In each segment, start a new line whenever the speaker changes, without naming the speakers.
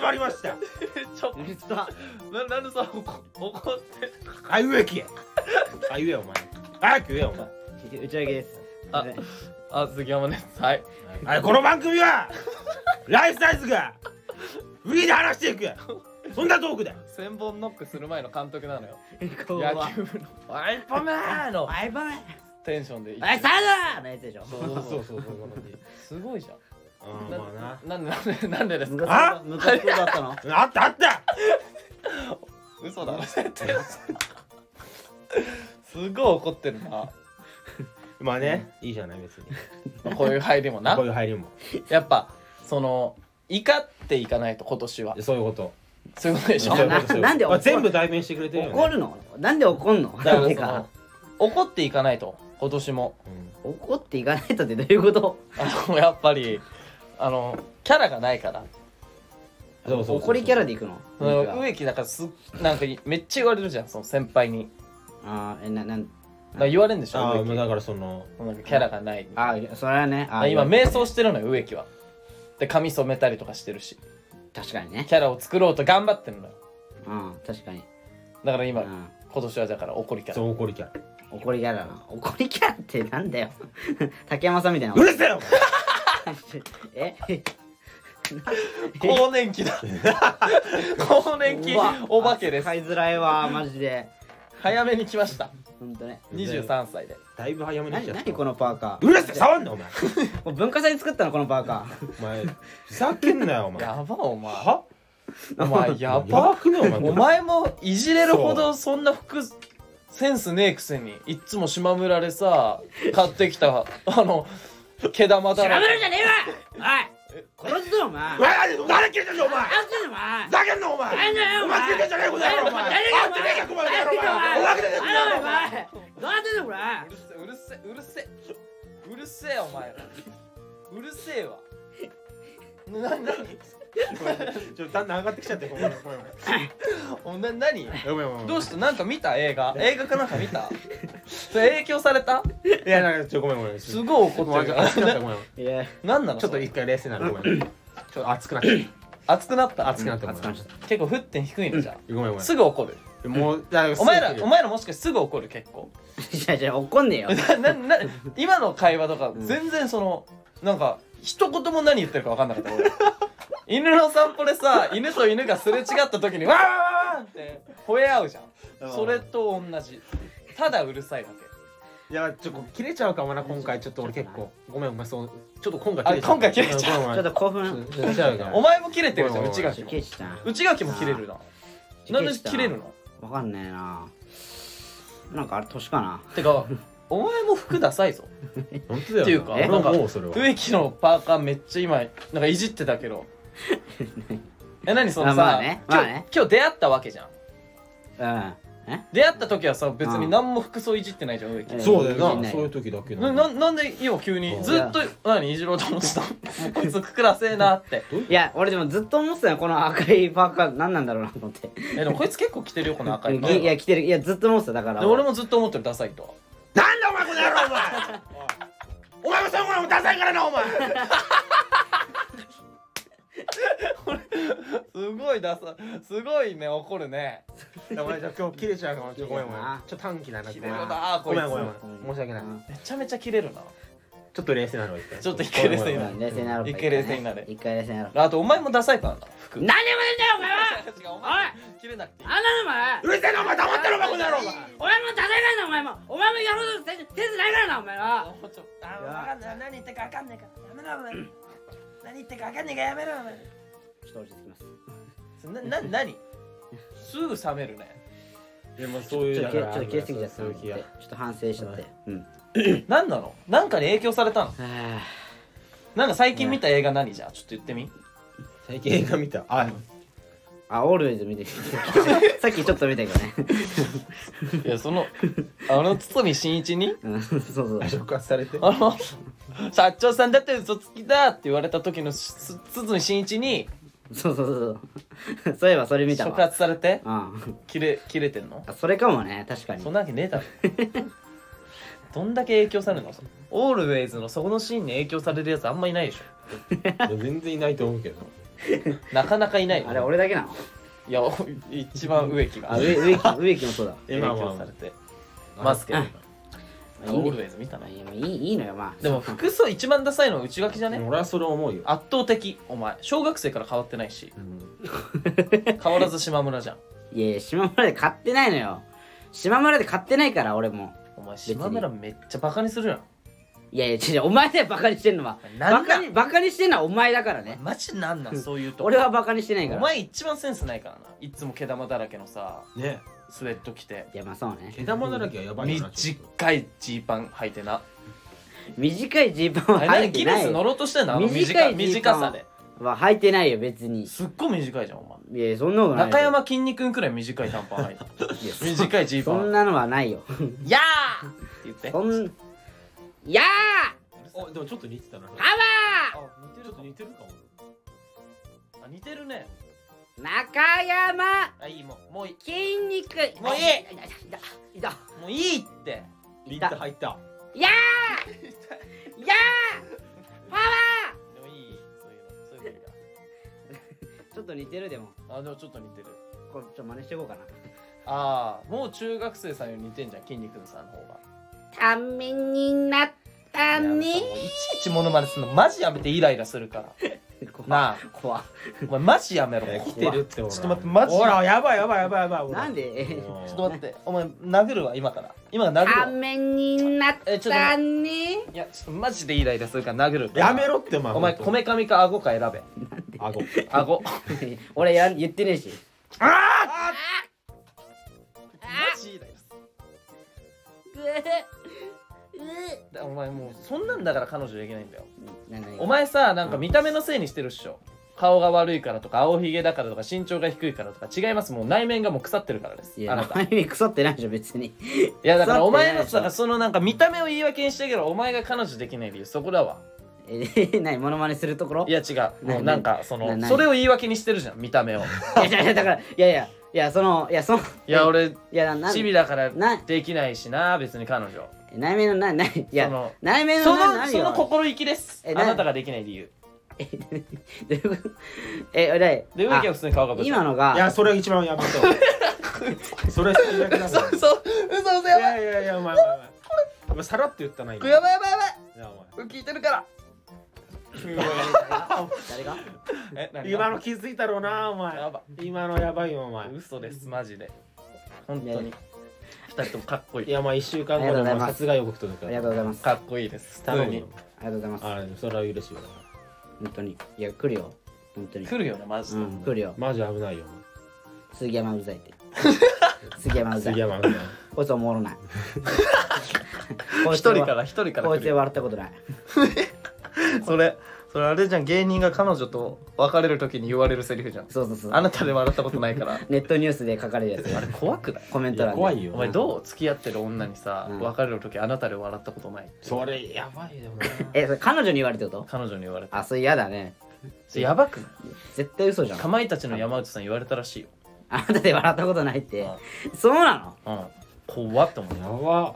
まりました
ちょっ
水田
とななるさん怒怒って
あいうえきやあいうえお前早く言えよお前
打ち上げです。
ああ杉山ですはい
あこの番組はライフサイズが売りで話していくそんなトークだよ
千本ノックする前の監督なのよ
こうは
野。球部の「ワイパメ!」の
バイバイ。
テンションで
バイサードのやつでしょ。
そうそうそう
うそうそう
すごいじゃん
うん
な
まあ
なんでなんで なんでですか
あ
昔そうだったの。
なあったあった
嘘だろ絶対嘘すごい怒ってるな
まあね、いいじゃない別に
こういう入りもな
こういう入りも
やっぱその怒っていかないと今年は
そういうこと
そういうことでしょ
そういう
だ
こ
か
とそういうこと
なんで怒る
まあ全部代弁してくれてるよ、ね、
怒るの。なんで怒んの。
らそ
て
の
か。
怒っていかないと今年も
うん
怒っていかないとってどういうこと。
あのやっぱりあのキャラがないから
そうそうそう
怒りキャラでいくの。
その植木だからすなんかめっちゃ言われるじゃんその先輩に
あーえななん。
だから言われるんでし
あ
ょ
あ
植
まあ
木
だからその
なんかキャラがない
あーそれはね。あー
今瞑想してるのよ植木はで髪染めたりとかしてるし
確かにね。
キャラを作ろうと頑張ってるのよ
うん確かに。
だから
う
今、
ん。
今年はだから怒りキャ
そ
ラ
う怒りキャラ
怒りキャラな。怒りキャラってなんだよ。 竹山さんみたいな
う。るせえよ
え。
更 年期だ更年期
うわ
お化けです
扱いづらいわマジで。
早めに来ました
本当ね。
23歳で
だいぶ早めに来
何
ちゃった
何このパーカ
うるせえ触んなお前
ー。もう文化祭で作ったのこのパーカ
お前ふざけんなよお前
やばお前
は
お前や
やば
ば
くねお前
お前もいじれるほどそんな服センスねえくせにいっつも島村でさ買ってきたあの毛玉
ー。
だ
調
ら
べ
け
るんじゃねえわ。おい。殺すぞお前。
お前何誰聞いてんだよお前
あつお前
ふ。ざけんなお前
なんだよお
お
前
前聞いてんじゃねえこの野郎お前あってねえかこの野郎お前お化け出てくる
お
よお前
前どうやってんのこれ
うるせえうるせえうるせえうるせえお前らうるせえわなな
ちょっとだんだん上がってきちゃってごめんごめんごめん
おな何
ごめんごめん
どうしたなんか見た映画映画かなんか見たそれ影響された
いやなんかちょっとごめんごめん
すごい怒ってる
熱くなったごめん
いや
何なの
ちょっと一回冷静になるごめんちょっと熱くなっちゃっ
熱くなった
た熱くなった
熱く
ごめ
なんっちゃった
結構沸点低いのじゃ
ごめんご
んすぐ怒る
めんもうだからす
お
ぐ来
前
る
らお前らもしかしてすぐ怒る結構
いやいや怒んねえよ
ななな今の会話とか
ん
全然その、なんか一言も何言ってるか分かんなかった俺犬の散歩でさ犬と犬がすれ違った時にわーわーわーって吠え合うじゃんそれと同じただうるさいだけ
いやちょっと切れちゃうかもな今回ちょっと俺結構ごめんお前そうちょっと今回
あ今回切れちゃ
うごめ
ち
んごめ
ょっ
ん
と興
ごめ
奮
んちょっと切れちゃうか
お
も
前も切れてるじゃん
おいおい
内
おい
垣
ちょ
も
ケチた
内垣も切れるななんで切れるの
わかんねえななんかあれ年かな
てかお前も服ダサいぞ
本当だよ
っていうか
俺
なんか
はもうそれは
植木のパーカーめっちゃ今なんかいじってた けどえ何そのさ、
まあねまあね
今日今日出会ったわけじゃん
うんえ
出会った時はさ別に何も服装いじってないじゃん植木
うん
そうだ
み
よ
んな
な
よ
そういう時だけ
なななんで今急にずっと何いじろうと思ってたもうこいつくらせえなって
いや俺でもずっと思ってたよこの赤いパーカー何なんだろうなと思って
えでもこいつ結構着てるよこの赤いパーカー
ぎいや着てるいやずっと思ってただから
で俺もずっと思ってるダサいとは
なんだお前この野郎お前お前もそういうものもダサいからなお前
すごいダサすごいね怒るね
お前じゃあ今日切れちゃうかもちょっとごめんごめん
切れるな
ちょっと短期だな
切れる
ごめん
なこい
ご
つ
めんごめん申し訳ない
うん
めちゃめちゃ切れるな
ちょっと冷静なの一回
ちょっと一回冷静になる
うん冷静になろう
一回冷静になれ
一回冷静になろう
あとお前もダサいからな服
何でもねえんだよお前は
違うお切れなくていい
あんなのお前
うるせえなお前黙ってろお前この野郎お前
俺も戦いなお前もお前もやろうとせずないからなお前
あ
は
もうちょっと
あわかんない何言ってかわかんないからやめろお前何言ってかわかんないからやめろお前
ちょっと落ち着きます
そなな何すぐ冷めるね
でもそういう
ちょ
だ
っ
か
とちょ
ら
っと切れすぎちゃった
そういう気が
ちょっと反省しちゃってうんは
何なのなんかに影響されたの
あ
なんか最近見た映画何じゃあちょっと言ってみ
最近映画見たあ
あオールウェイズ 見てきたさっきちょっと見たけどね
いやそのあの堤真一に
うんそうそう
触発されて
あの社長さんだって嘘つきだって言われた時のす堤真一に
そうそうそうそうそういえばそれ見た
触
わ
発されて
うん
切れ切れてんの
あそれかもね確かに
そんなわけねえだろどんだけ影響されるのオールウェイズのそこのシーンに影響されるやつあんまいないでしょ
全然いないと思うけど
なかなかいないよ
あれ俺だけなの
いやお一番植木が
あ植木植木もそうだ
影
今は
響されてますけど
あ
あオールウェイズ見たない
やまあいいいいのよまあ
でも服装一番ダサいのは内垣じゃね
俺はそれ思うよ、
圧倒的お前小学生から変わってないし
うん
変わらず島村じゃん
いやいや島村で買ってないのよ島村で買ってないから俺も
お前島村めっちゃバカにするやん
いやいや違う違うお前だよバカにしてんのは
な
バ
んな
カ
ん
にバカにしてんのはお前だからね
マジなんなんそういうとこ
俺はバカにしてないか
お
ら
前一番センスないからないつも毛玉だらけのさ
ね
スウェット着て
いやまあそうね
毛玉だらけはやばいよなちょっと
短いジーパン履いてな
短いジーパン
あ
は
れ何
履いて
ギ
な
ネ
い
ス乗
は
ろうとしてんのあの
短
短
いジーパン
短さで
履いてないよ別に
すっごい短いじゃんお前
いやそんなことないよ
中山きんに君くらい短い短パン履いて
いやそ
短いジーパ
そん
ン
なのはないよ
「やー!」って言って
そんいや
おでもちょっと似てたな
ーパワ
あ似て
ちょっと似てるかも
あ似てるね
ー中山
あいいもうもういい
筋肉
もういい
あいだいだ
もういいって
リンタ入った
いやーいやーパワ
でもいいそういうのそういうのいいか
ーちょっと似てるでも
らあでもちょっと似てる
これちょっと真似していこうかな
ああもう中学生さんより似てんじゃん筋肉さんの方が
ためになった
いやあのさ
ね
もういちいちモノマネするのマジやめてイライラするから
怖
なあ
怖
お前マジやめろ
来てるってほら
ちょっと待ってマジ
ほらやばいやばいやばいやばいほら
なんで
ちょっと待ってお前殴るわ今から今から殴
た
るわ
めになったね
いやちょっとマジでイライラするから殴るから
やめろってお前
お前こめかみか顎か選べ
あご
顎
俺やん言ってねえし
あ
マジイライラするだお前もうそんなんだから彼女できないんだよ
なな
お前さなんか見た目のせいにしてるっしょ顔が悪いからとか青ひげだからとか身長が低いからとか違いますもう内面がもう腐ってるからです
い
あ
や
なたい
前に腐ってないじゃん別に
やだからお前
腐ってな
の
いでしょ
さそのなんか見た目を言い訳にしてるけどお前が彼女できない理由そこだわ
え何モノマネするところ
いや違うもうなんかそ
な
の
な
それを言い訳にしてるじゃん見た目を
いやいやだからいやいやいやそのいやその
いや俺
いやなな
チビだから
な
できないしな別に彼女
内面のなないい
そ
や
の
内面
そ
のな
の
何
そ
よ
の心意気ですあ
えな
なたができない理由
えどういうこと え俺
で植木は普通に顔がぶ
あ
つ
今
かる
の
あいや
が
それ一番やめ てそれ最悪だから
嘘嘘嘘
いやいやいやお前お前お前お前さらっと言ったな今
ばいやばいやばい
いやお
聞いてるから
誰が
え
前今の気づいたろうなお前
やば
今のやばいよお前
嘘ですマジで本
いや
当
い
に二人ともかっこい
い
い
やまあ一週間後
ありがと
にお
うござい
前
ます
殺害予告届くか
あ
ら
りがとうございますあ
かっこいいです普
頼
通
む
に
よ
りがとうございます
あそれは嬉しいよ
本当にいや来るよ本当に
来るよねマジ
う
で、
ん来るよ
マジ危ないよ
杉山うざいって 杉山
お
う
前
ざ
杉
い
山危ない
こいつおもろないこい
一
つは
人から一人から
こ
来
いつ
る
で
よ
笑ったことない
それそれあれじゃん芸人が彼女と別れる時に言われるセリフじゃん
そうそうそう
あなたで笑ったことないから
ネットニュースで書かれるやつ
あれ怖くない
コメント欄で
いや怖いよ
お前どう付き合ってる女にさ、
うん
別れる時あなたで笑ったことないって
それやばいよな
えそれ彼女に言われてること
彼女に言われた
あそれ嫌だね
それやばくない
絶対嘘じゃ
か
ん
まいたちの山内さん言われたらしいよ、
あなたで笑ったことないって
あ
そうなの
うん、怖っと思う
やば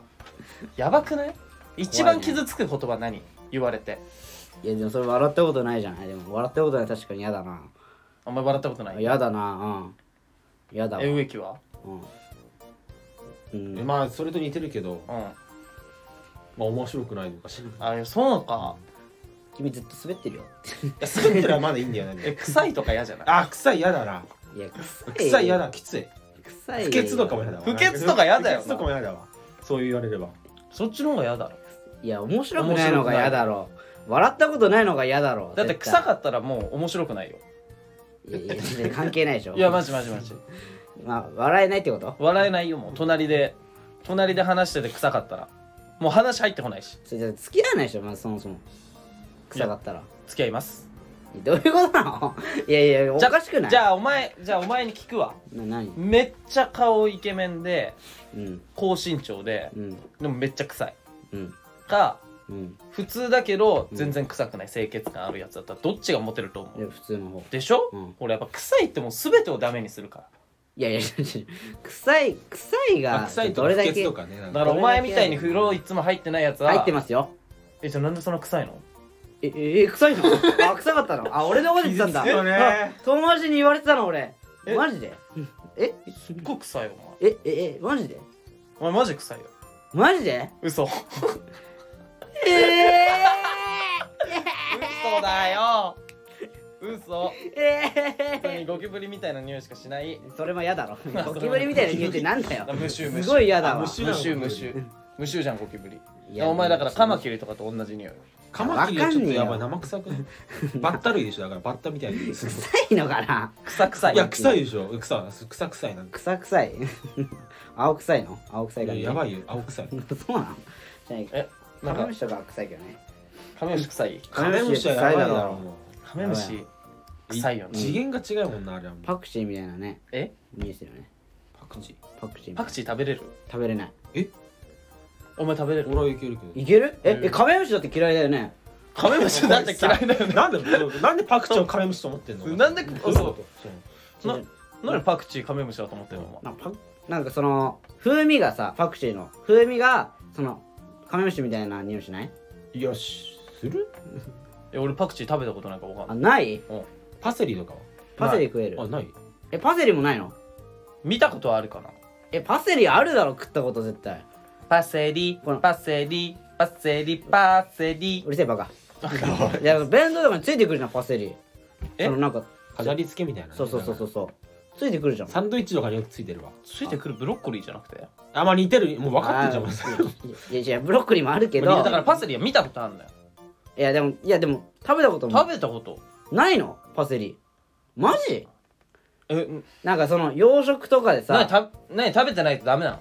やばくない一番傷つく言葉何言われて
いやでもそれ笑ったことないじゃないでも笑ったことない確かに嫌だな
あんまり笑ったことない
嫌だなうん嫌だわ
え植木は
うん、うん、
まあそれと似てるけど
うん
まあ面白くないのかしら
あれそうか
君ずっと滑ってるよ
滑ってらまだいいんだよ
え
ね
臭いとか嫌じゃない
あ臭い嫌だない
や臭い
臭い嫌だきつい
臭い
不潔とかも嫌だわ
不潔とか嫌だよ
不潔とかも嫌だわそう言われれば
そっちの方が嫌だろ
いや面白くないのが嫌だろう笑ったことないのが嫌だろう
だって臭かったらもう面白くないよ
いやいや別に関係ないでしょ
いやマジマジマジ
まあ笑えないってこと
笑えないよもう隣で隣で話してて臭かったらもう話入ってこないし
それじゃ付き合わないでしょまずそもそも臭かったら
付き合います
どういうことなのいやいやお
じゃ
かしくない
じゃあお前じゃあお前に聞くわ
な何
めっちゃ顔イケメンで
うん
高身長で
うん
でもめっちゃ臭い
うん
か
うん
普通だけど全然臭くない清潔感あるやつだったらどっちがモテると思
いうや普通の方
でしょ、
うん
俺やっぱ臭いってもう全てをダメにするから
いやいや臭い臭い
あ
が
臭いと
ど
か
れ
不
だ
潔
け
とかねなん
だ
か
からお前みたいに風呂いつも入ってないやつは
入ってますよ
えじゃあなんでそんな臭いの
えええ臭いのあ臭かったのあ俺のこと言ってたんだ
傷つくね
あ友達に言われてたの俺
え
マジでえ
すっごい臭いよお前
えええマジで
お前マジ臭いよ
マジで
嘘嘘
ええ
だよ嘘
ー、え
本当に
え
ゴキブリみたいな匂いしかしない
ー、それも嫌だ ろゴキブリみたいな匂いってなんだよ
無臭無臭
すごい嫌だ
あ
わ
無
無臭無
い
臭無臭じゃんゴキブリ
い
い
や
やお前だからカマキリとかと同じ匂い
カマキリはちょっとやばい
わか
生臭 くないバッタ類でしょだからバッタみたいな匂いする
臭いのかな
臭臭い
いや臭いでしょ臭いな臭臭いな
臭臭い 青臭いの青臭い感じ
やばいよ青臭い
そうなのじゃあ
え
カ
なん
メ
か
ムシとかは臭いけどね
カメムシ臭い
カメムシはやばいだろも
カメムシ臭いよ
う
ね
次元が違うもんなあれはもう
パクチーみたいなね
え
匂いするよね
パクチー
パクチーみた
パ
い
クチー食べれる
な食べれない
お前食べれる
俺はいけるけ
いけるえ
うん
えカメムシだって嫌いだよね
カメムシだって嫌いだよ
どなんでなんでパクチーをカメムシと思ってんの
なんで
どういうことそう
ななんでパクチーカメムシだと思ってるのお
な
前
んかパなんかその風味がさパクチーの風味がそのカメムシみたいな匂いしない
よしする
いや俺パクチー食べたことないからわか
あ
んない
ない
パセリとか
パセリ食える
はあない
えパセリもないの
見たことはあるかな
えパセリあるだろ食ったこと絶対
パセリ
ほら
パセリパセリパセリ
うるせえバカいや弁当とかについてくるじゃんパセリ
え
そのなんか
飾り付けみたいなね
そうそうそうそうそうついてくるじゃん
サンドイッチとかによくついてるわ
ついてくるブロッコリーじゃなくて
あまあ似てるもう分かってんじゃん
あ
もう
ーいやいやブロッコリーもあるけ
い
ど
やだからパセリは見たことあるんだよ
いやでもいやでも食べたこと
食
も
べたこと
ないのパセリマジ
え
なんかその洋食とかで
な
さ
にた何食べてないとダメな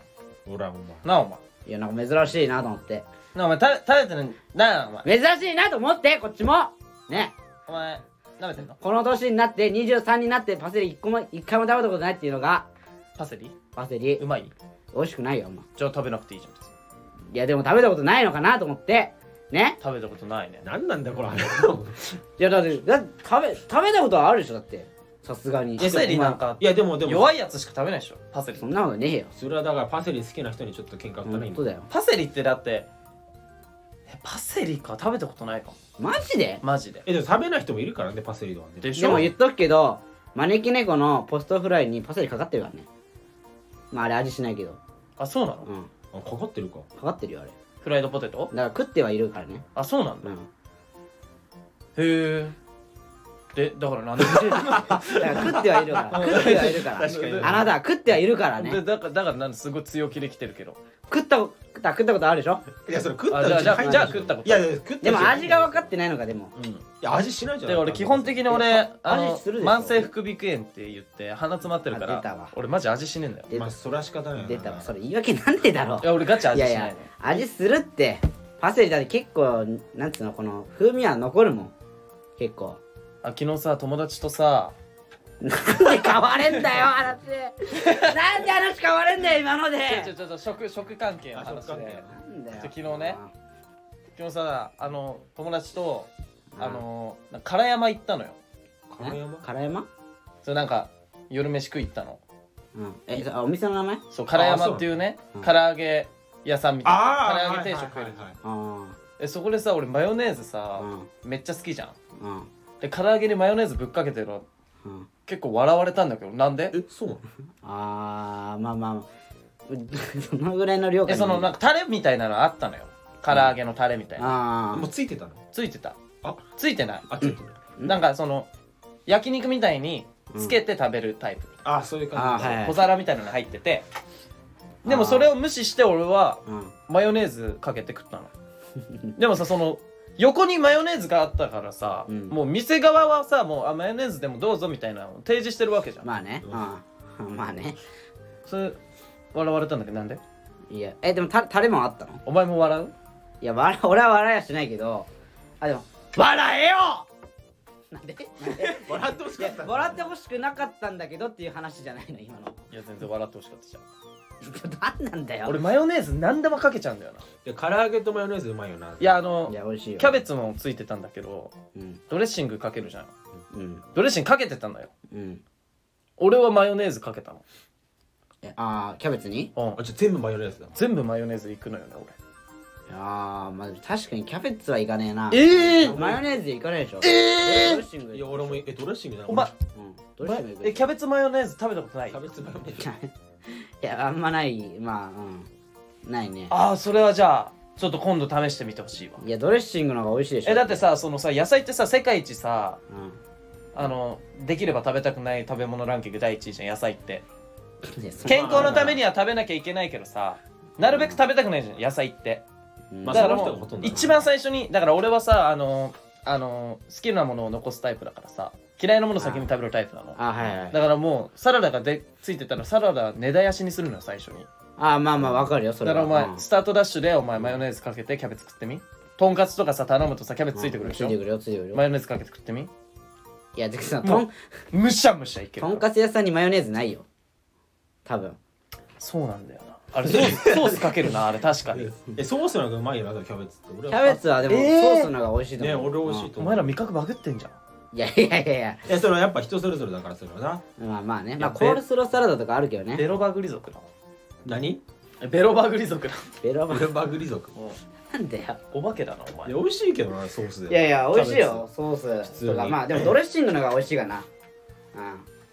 の
ほらお前
なあお前
いやなんか珍しいなと思って
なあお前食べ食べてないなあお前
珍しいなと思ってこっちもね
お前食べてんの
この年になって23になってパセリ1個も一回も食べたことないっていうのが
パセリ
パセリ
うまい
美味しくないよお前
じゃあ食べなくていいじゃん別に
いやでも食べたことないのかなと思ってね
食べたことないね
何なんだこれ
いやだってだって食べ食べたことはあるでしょだってさすがに
パセリなん
か
か
いやでもでも
弱いやつしか食べないでしょパセリ
そんなことねえよ
それはだからパセリ好きな人にちょっと喧嘩売ったらいい
本当だよ
パセリってだってえパセリか食べたことないかも
マジで
マジで
えでも食べない人もいるからねパセリとはね
でし
で
ょ
も言っとくけど招き猫のポストフライにパセリかかってるからねまああれ味しないけど
あそうなの、
うん
あかかってるか
かかってるよあれ
フライドポテト
だから食ってはいるからね
あそうなんだ
う
へ
ん
えでだからなん で
だから食ってはいる から食ってはいるから
確かに
あなたは食ってはいるから
で
ね
だからだからなんですごい強気で来てるけど
食ったこ食った食ったことあるでしょ
いやそれ食
あじゃあ
うちに入ん
じゃあ
ない
じゃあ食ったこと
いやいや食った
でも味が分
か
かってないのかでも
うん
いや味しないじゃん
で俺基本的に俺あの
味するでしょ
慢性副鼻腔炎って言って鼻詰まってるか
あ出たわ
ら俺マジ味しねえんだよ
出
まあ
た
それは仕方ないよな
出たわそれ言い訳なんでだろ
いや俺ガチ
うい
味し
やい
な
や
いの
味するってパセリだって結構なんつうのこの風味は残るもん結構
あ昨日さ友達とさ
なんで変われんだよ話なんで話変われんだよ今ので
ちょちょちょ食食関係の話
あ食関係
で
の
なんだよ
昨日ね昨日さあの友達とあのなんか唐山行ったのよ
金山
唐山
それなんか夜飯食い行ったの
うんえそあお店の名前
そう唐山っていうね
そう
唐揚げ屋さんみたい
あ
な
あ
唐揚げ定食食えるじゃん
あ
えそこでさ俺マヨネーズさ
あうん
めっちゃ好きじゃん
うん
で唐揚げにマヨネーズぶっかけてるの
うん
結構笑われたんだけどなんで
えそうなの
あーまあまあうそのぐらいの量
えそのなんかタレみたいなのあったのよ唐揚げのタレみたいな、
あ
もう
ー
ついてたの
ついてた
あ
ついてない
あついてる
なんかその焼肉みたいにつけて食べるタイプ、
あそういう感
あ
じ
はいはい
小皿みたいなの入っててでもそれを無視して俺は
うん
マヨネーズかけて食っ たのでもさその横にマヨネーズがあったからさ、
うん
もう店側はさもうあマヨネーズでもどうぞみたいなのを提示してるわけじゃん、
まあね
う
うんまあね
それ笑われたんだけどなんで
いやえでもたタレもあったの
お前も笑う
いや笑俺は笑いはしないけどあでも
笑えよ
なんでなんで
笑ってほし
い
か
や
った
笑ってほしくなかったんだけどっていう話じゃないの今の
いや全然笑ってほしかったじゃん
何なんだよ
俺マヨネーズ何でもかけちゃうんだよない
や唐揚げとマヨネーズうまいよない
やあの
いや美味しいよ
キャベツもついてたんだけど
うん
ドレッシングかけるじゃん
うん
ドレッシングかけてたんだよ
うん
俺はマヨネーズかけたの、
えああキャベツに
うん
あ、じゃあ全部マヨネーズだ
全部マヨネーズいくのよね俺
あーまあ確かにキャベツはいかねえな
ええ
マヨネーズでいかないでしょ
ええ
ドレッシング
いや俺もえドレッシングじゃない
お前
うんドレッシングでいく
えキャベツマヨネーズ食べたことない
キャベツマヨネーズ
いやあんまないまあうんないね
ああそれはじゃあちょっと今度試してみてほしいわ
いやドレッシングの方が美味しいでしょ
えだってさそのさ野菜ってさ世界一さ
う
あのできれば食べたくない食べ物ランキング第一位じゃん野菜って
んいやそんな
健康のためには食べなきゃいけないけどさなるべく食べたくないじゃん野菜って
うん
ま
だ
あ
から
その人が
も
ほとん
う
どだな
一番最初にだから俺はさあのあの好きなものを残すタイプだからさ嫌いなものを先に食べるタイプなの
あはいはい
だからもうサラダがでついてたらサラダ根絶やしにするのよ最初に
あまあまあわかるよそ
だ
れ
か
は
らお
う
前
ん
スタートダッシュでお前マヨネーズかけてキャベツ食ってみとんかつとかさ頼むとさキャベツついてくるでし
つ
ょ
いてくるよついてくるよ
マヨネーズかけて食ってみ
いやてかさ
も
と
うんむしゃむしゃいける
とんかつ屋さんにマヨネーズないよ多分
そうなんだよなあれソースソースかけるなあれ確かに
えソースなんかうまいよなだからキャベツって俺
キ
は
ャベツはでもソ
えー
ースの方が美味しいと
ね
思う
俺美味しい
うん
と
お
思
前
う
ら味覚バグってんじゃん
いやいやいやいや
えそれはやっぱ人それぞれだからそれはな
まあまあねまあ
いや
コールスローサラダとかあるけど
ベ
ね
ロバグリ族だ
何
ベロバグリ族だ
ベロバ
俺バグリ族
なんだよ
お化けだなお
い
前
や美味しいけどなソースで
いやいや美味しい
キャベ
よソー
普
ス
通
と
に
かまあでもドレッシングの方が美味しいかなうん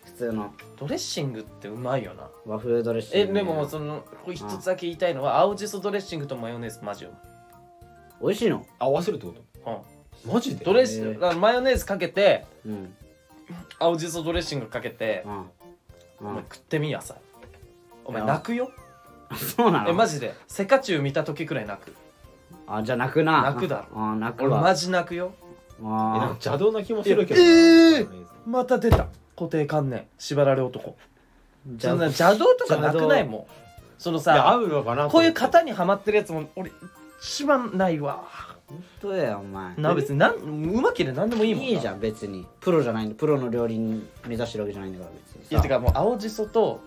普通の
ドレッシングってうまいよな
和風ドレッシン
え
グ
でもそのこれ一つだけ言いたいのは青じそドレッシングとマヨネーズマジうまい
美味しいの
合わせるってこ
うん
とマジで
ドレッシン
へ
グ
ー
だからマヨネーズかけて
うん
青じそドレッシングかけて
うん
お
う
前
ん
食ってみ野菜お前
いや
泣くよ
そうなの
えマジでセカチュウ見た時くらい泣く
あじゃあ泣くな
泣くだろ
あ泣く
俺
わ
マジ泣くよ
えなんか
あ
邪道な気もするけど
い
な
やえー
マヨネーズ
また出た固定観念縛られ男
ーじ
そ
ゃ
んな
あ
邪道とかなくないもんその
いや合
さ
うのかな
こういう型にはまってるやつも俺一番ないわ
本当だよお前
な別になんうまければ何でもいいもんない
いじゃん別にプロじゃないんだプロの料理人目指してるわけじゃないんだから別に
いやて
さ
かもう青じそと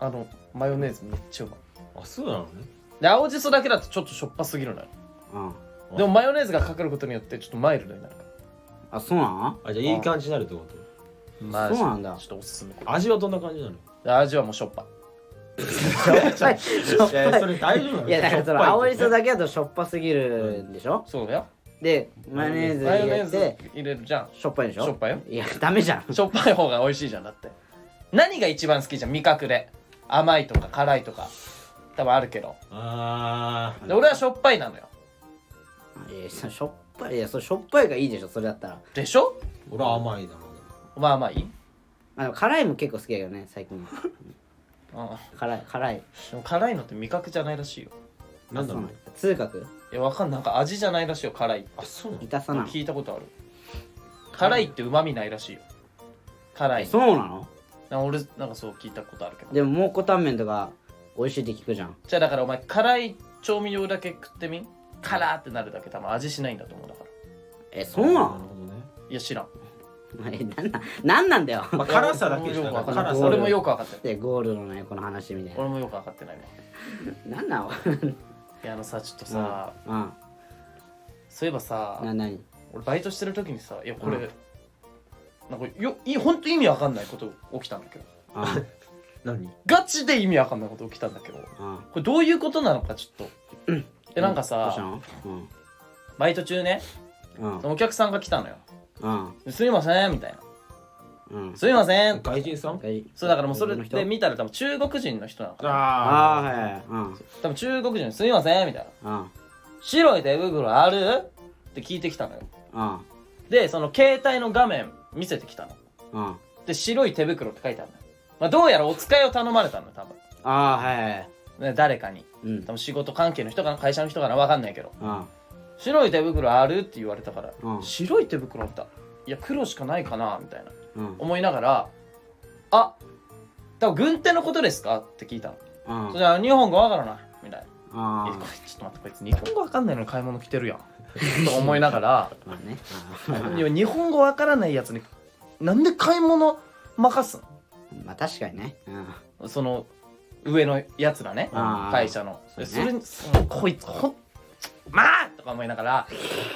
あのマヨネーズめっちゃうまい
あそうなのね
で青じそだけだとちょっとしょっぱすぎるのよ
うん
あ
でもマヨネーズがかかることによってちょっとマイルドになるから
あそうなん
あじゃあいい感じになるってこと
マ
そうなんだ
ちょっとおすすめ
味はどんな感じなの
で味はもうしょっぱ
いやそれ大丈夫なの
いやだ
しょっぱ
からその
い
青じそだけだとしょっぱすぎるんでしょ
そうだよ
でマヨネーズ
マヨ
入
ネ
れ
ーズ
て
入れるじゃん
しょっぱいでしょ
しょっぱいよ
いやダメじゃん
しょっぱい方が美味しいじゃんだって何が一番好きじゃん味覚で甘いとか辛いとか多分あるけど
あ
で俺はしょっぱいなのよ
いやそしょっぱいいやそれしょっぱいがいいでしょそれだったら
でしょ
ー俺は甘いだろ
まあまあいい、うん、
まあでも辛いも結構好きだけどね最近 辛い辛い
でも辛いのって味覚じゃないらしいよ
うなんだろう
あそう痛覚
いやわかんないなんか味じゃないらしいよ辛いって
あそうなの
痛さなの
聞いたことある辛いってうまみないらしいよ辛い
そうなの
な俺なんかそう聞いたことあるけど
でも蒙古タンメンとか美味しいって聞くじゃん
じゃあだからお前辛い調味料だけ食ってみ辛ーってなるだけ多分味しないんだと思うだから
えそうな
なる
の
ほどね
いや知らん
えなんなんなんなんだよ
まあ辛さだけし
よ
か
く
な
わ
い
かん
辛
ない
さ
俺もよくわかってる
でゴールのねこの話みたいな
俺もよく分かってないわ
なんなの
いやあのさ ちょっとさ、
うん
そういえばさ
な何
俺バイトしてる時にさいやこれ、
うん
なんかよい本当意味わかんないこと起きたんだけど
あ
何
ガチで意味わかんないこと起きたんだけどこ
あ
れどういうことなのかちょっと、でなんか
どうした
さ
のうん
バイト中ね
うん
お客さんが来たのよ
うん
「すいません」みたいな
うん
「すいません」
外人さん
そうだからもうそれ
女の人
で見たら多分中国人の人なのかな
あ
あーはいはいうん
多分中国人の「すいません」みたいな
うん
「白い手袋ある?」って聞いてきたのよ
うん
でその携帯の画面見せてきたの
うん
で白い手袋って書いてあるのよ、まあ、どうやらお使いを頼まれたのよ多分
ああーはいはい
ね誰かに
うん
多分仕事関係の人かな会社の人かな分かんないけど
うん
白い手袋あるって言われたから、
うん
白い手袋あったいや黒しかないかなみたいな
うん
思いながらあ多分軍手のことですかって聞いたの、
うん
じゃあ日本語わからないみたいな
あ
え
ー
これちょっと待ってこいつ日本語わかんないのに買い物来 てるやんと思いながら
まあね
いや日本語わからないやつになんで買い物任す
まあ確かにねうん
のその上のやつらね
あー
会社の
そう
で
ね
それにそのこいつほんまあとか思いながら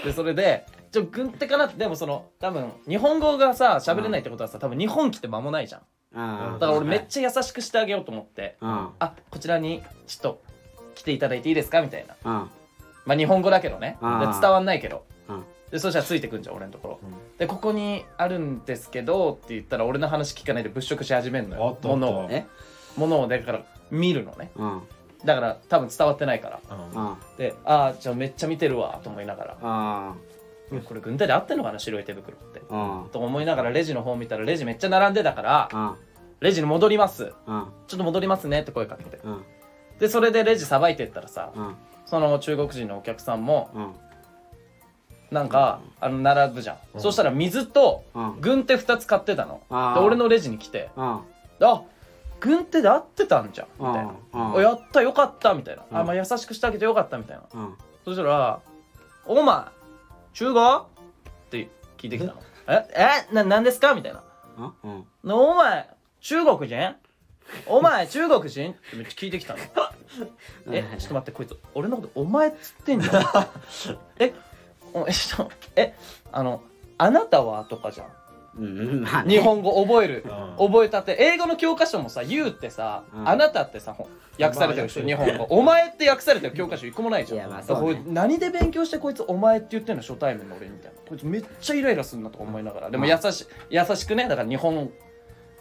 でそれでちょ軍手かなってでもその多分日本語がさ喋れないってことはさ多分日本来て間もないじゃん
あー
だから俺めっちゃ優しくしてあげようと思って
うん
あこちらにちょっと来ていただいていいですかみたいな
うん
まあ日本語だけどねで
あー
伝わんないけど
うん
でそしたらついてくんじゃん俺のところ、
うん
でここにあるんですけどって言ったら俺の話聞かないで物色し始めるの
あっ
よ
たあった
物を
え
物をだから見るのね
うんうん
だから多分伝わってないから
うん
あ
でああじゃあめっちゃ見てるわと思いながら
あ
いやこれ軍隊で合ってんのかな白い手袋って
うんうん
と思いながらレジの方見たらレジめっちゃ並んでたから
うん
レジに戻ります
うん
ちょっと戻りますねって声かけて
うん
でそれでレジさばいてったらさ
うん
その中国人のお客さんも
うん
なんかあの並ぶじゃん、
うん
そしたら水と
うん
軍手2つ買ってたの、
あ
で
ー
俺のレジに来て
うん
「あ軍手で合ってたんじゃん」みたいな
う
「
ん
おやったよかった」みたいな「
う
あ
ん
まあ優しくしてあげてよかった」みたいな
うん
そしたら「お前中華?」って聞いてきたの「ええな何ですか?」みたいな
うんうん
「なお前中国人お前中国人?」ってめっちゃ聞いてきたの「えちょっと待ってこいつ俺のことお前っつってんじ ゃん」えおえちょっとえあの「あなたは?」とかじゃん
うんうんまあね
日本語覚える
うん
覚えたて英語の教科書もさ「you」ってさ「
うん
あなた」ってさほ訳されてるでしょ
まあ
日本語「お前」って訳されてる教科書一個もないじゃん
いやまあ
だから
そうね
これ何で勉強してこいつ「お前」って言ってんの初対面の俺みたいなこいつめっちゃイライラするなとか思いながらでも
うん
優し優しくねだから日本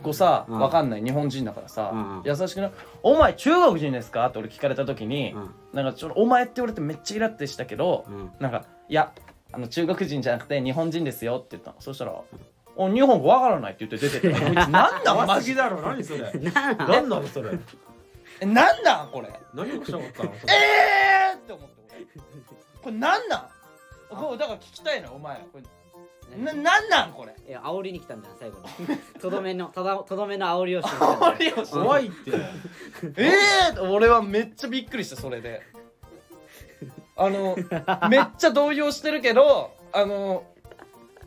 語さ
うん
わかんない日本人だからさ
うん
優しくね「お前中国人ですか?」って俺聞かれた時に
うん
なんかちょっと「お前」って言われてめっちゃイラってしたけど
うん
なんか「いやあの中国人じゃなくて日本人ですよ」って言ったのそしたら「お日本語わからない」って言って 出てったこいつなんなん
甘
マ
すぎ
ジ
だろ何それ
なんなん
何なのそれ
えなんなんこれ
何をしたかったのそれ
えーって思って俺これなんなんこれだから聞きたいのよお前これななんなん これ
いや煽りに来たんだよ最後 にとどめのただとどめの煽りをしてきたんだよ
煽りをして
怖い って
ええー、俺はめっちゃびっくりしたそれであのめっちゃ動揺してるけどあの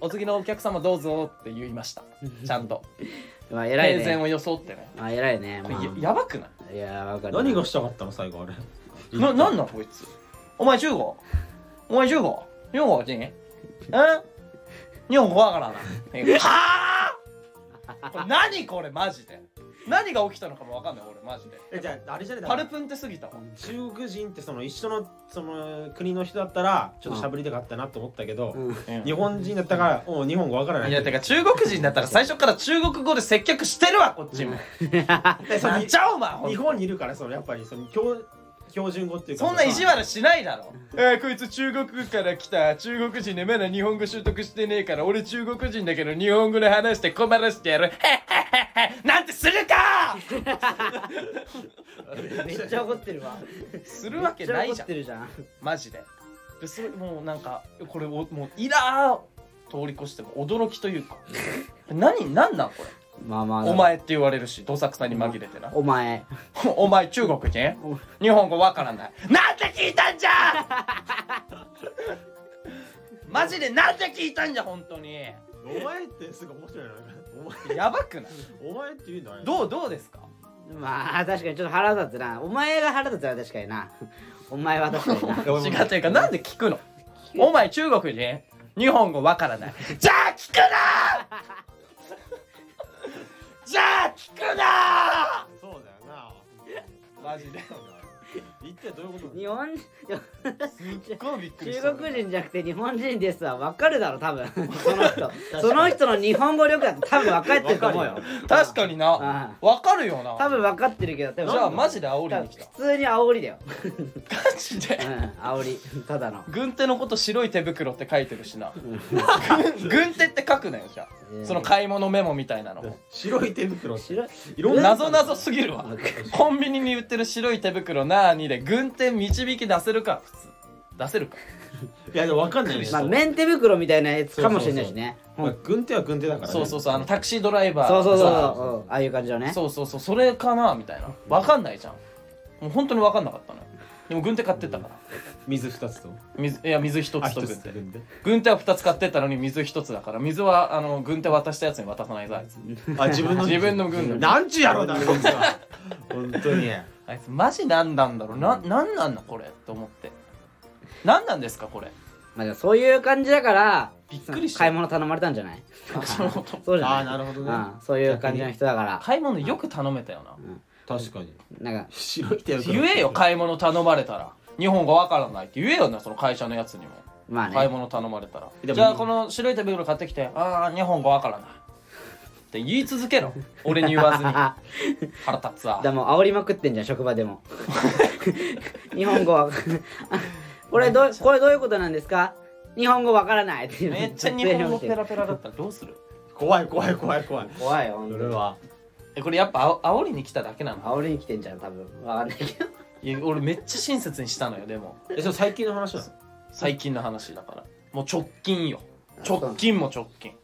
お次のお客様どうぞって言いましたちゃんと
まあ偉い
平然
ね
を装ってね
まあ偉いね
こ
まあ
れややばくない
いやわかる
何がしたかったの最後あれ
な、なんなんこいつ。お前中国お前中国日本語人え日本語わからない。はあこれ何これマジで。何が起きたのかもわかんない俺マジで。
えじゃああれじゃねえだ
パ
か
ル
ら
プンって過ぎたわ。
中国人ってその一緒のその国の人だったらちょっと喋りたかったなと思ったけど、
うん
日本人だったから、おう日本語わからないい
やてか中国人だったら最初から中国語で接客してるわこっちも。
でその
なんちゃお前ほんと
日本にいるからそのやっぱりその標標準語っていうか
そんな意地悪しないだろ。えー、こいつ中国から来た中国人でまだ日本語習得してねえから俺中国人だけど日本語で話して困らしてやる。へっへっへっへなんてする か
めっちゃ怒ってるわ
するわけな
め
いじゃん
っち怒ってるじゃん
マジででそれもうなんかこれおもうイラー通り越しても驚きと いうか何何なんこれ
まあまあ
お前って言われるしどさくさに紛れてな
お前
お前中国人
お
日本語わからないなんて聞いたんじゃん マジでなんて聞いたんじゃ本当に
お前ってすごい面白いなお前
やばくない
お前って言うんだね
どうどうですか
まあ確かにちょっと腹立つなお前が腹立つは確かになお前は確かにな
違うというかなんで聞くのお前中国人日本語わからないじゃあ聞く なじゃあ聞くな
そうだよな
マジで
一体どういうこと
日本
ごいびっくりした
中国人じゃなくて日本人ですわ分かるだろ多分その人その人の日本語力だって多分分かってると思うよ
確かにな
あ
わかるよな
多分分かってるけどでも
じゃあマジで煽りに来た
普通に煽りだよ
マジで
うん煽り ただの
軍手のこと白い手袋って書いてるしな軍軍手って書くなよじゃあその買い物メモみたいなの も
白い手袋って
白い
いろんな
謎謎すぎるわコンビニに売ってる白い手袋なーにで軍手導き出せるか普通出せるか
いやでもわかんないね
まあ
そう
メンテ袋みたいなやつかもしれないしね
まあ軍手は軍手だからね
そうそうそうあのタクシードライバー
そうそうそう
さ
そううんああいう感じのね
そうそうそうそれかなみたいなわかんないじゃんもう本当にわかんなかったのよでも軍手買ってったから
水二つと
水いや水一つと
一
軍
つと
手
軍手
軍手は二つ買ってったのに水一つだから水はあの軍手渡したやつに渡さないぞあいつ
あ自分の
自分の軍手
なんちゅうやろうなこいつは本当に
あいつマジなんなんだろうななんなんだこれと思ってなんなんですかこれ
まあでもそういう感じだから
びっくりした
買い物頼まれたんじゃない
あそういうこと
そうじゃない
あーなるほどね
うんそういう感じの人だから
買い物よく頼めたよな
確かに
なんか
白い手袋
言えよ買い物頼まれたら日本語わからないって言えよなその会社のやつにも
まあ
買い
ね
物頼まれたら
でも
じゃあこの白い手袋買ってきてああ日本語わからないって言い続けろ俺に言わず に腹立つわ
でも煽りまくってんじゃん職場で も日本語は これどうこれどういうことなんですか日本語わからないっていう
めっちゃ日本語ペラペラだったらどうする
怖い怖い怖い怖い
怖いよ本当
そ
に
れは
えこれやっぱあお煽りに来ただけなの
煽りに来てんじゃん多分わかんないけど
いや俺めっちゃ親切にしたのよでも
えそれ最近の話なの
最近の話だからもう直近よ直近も直近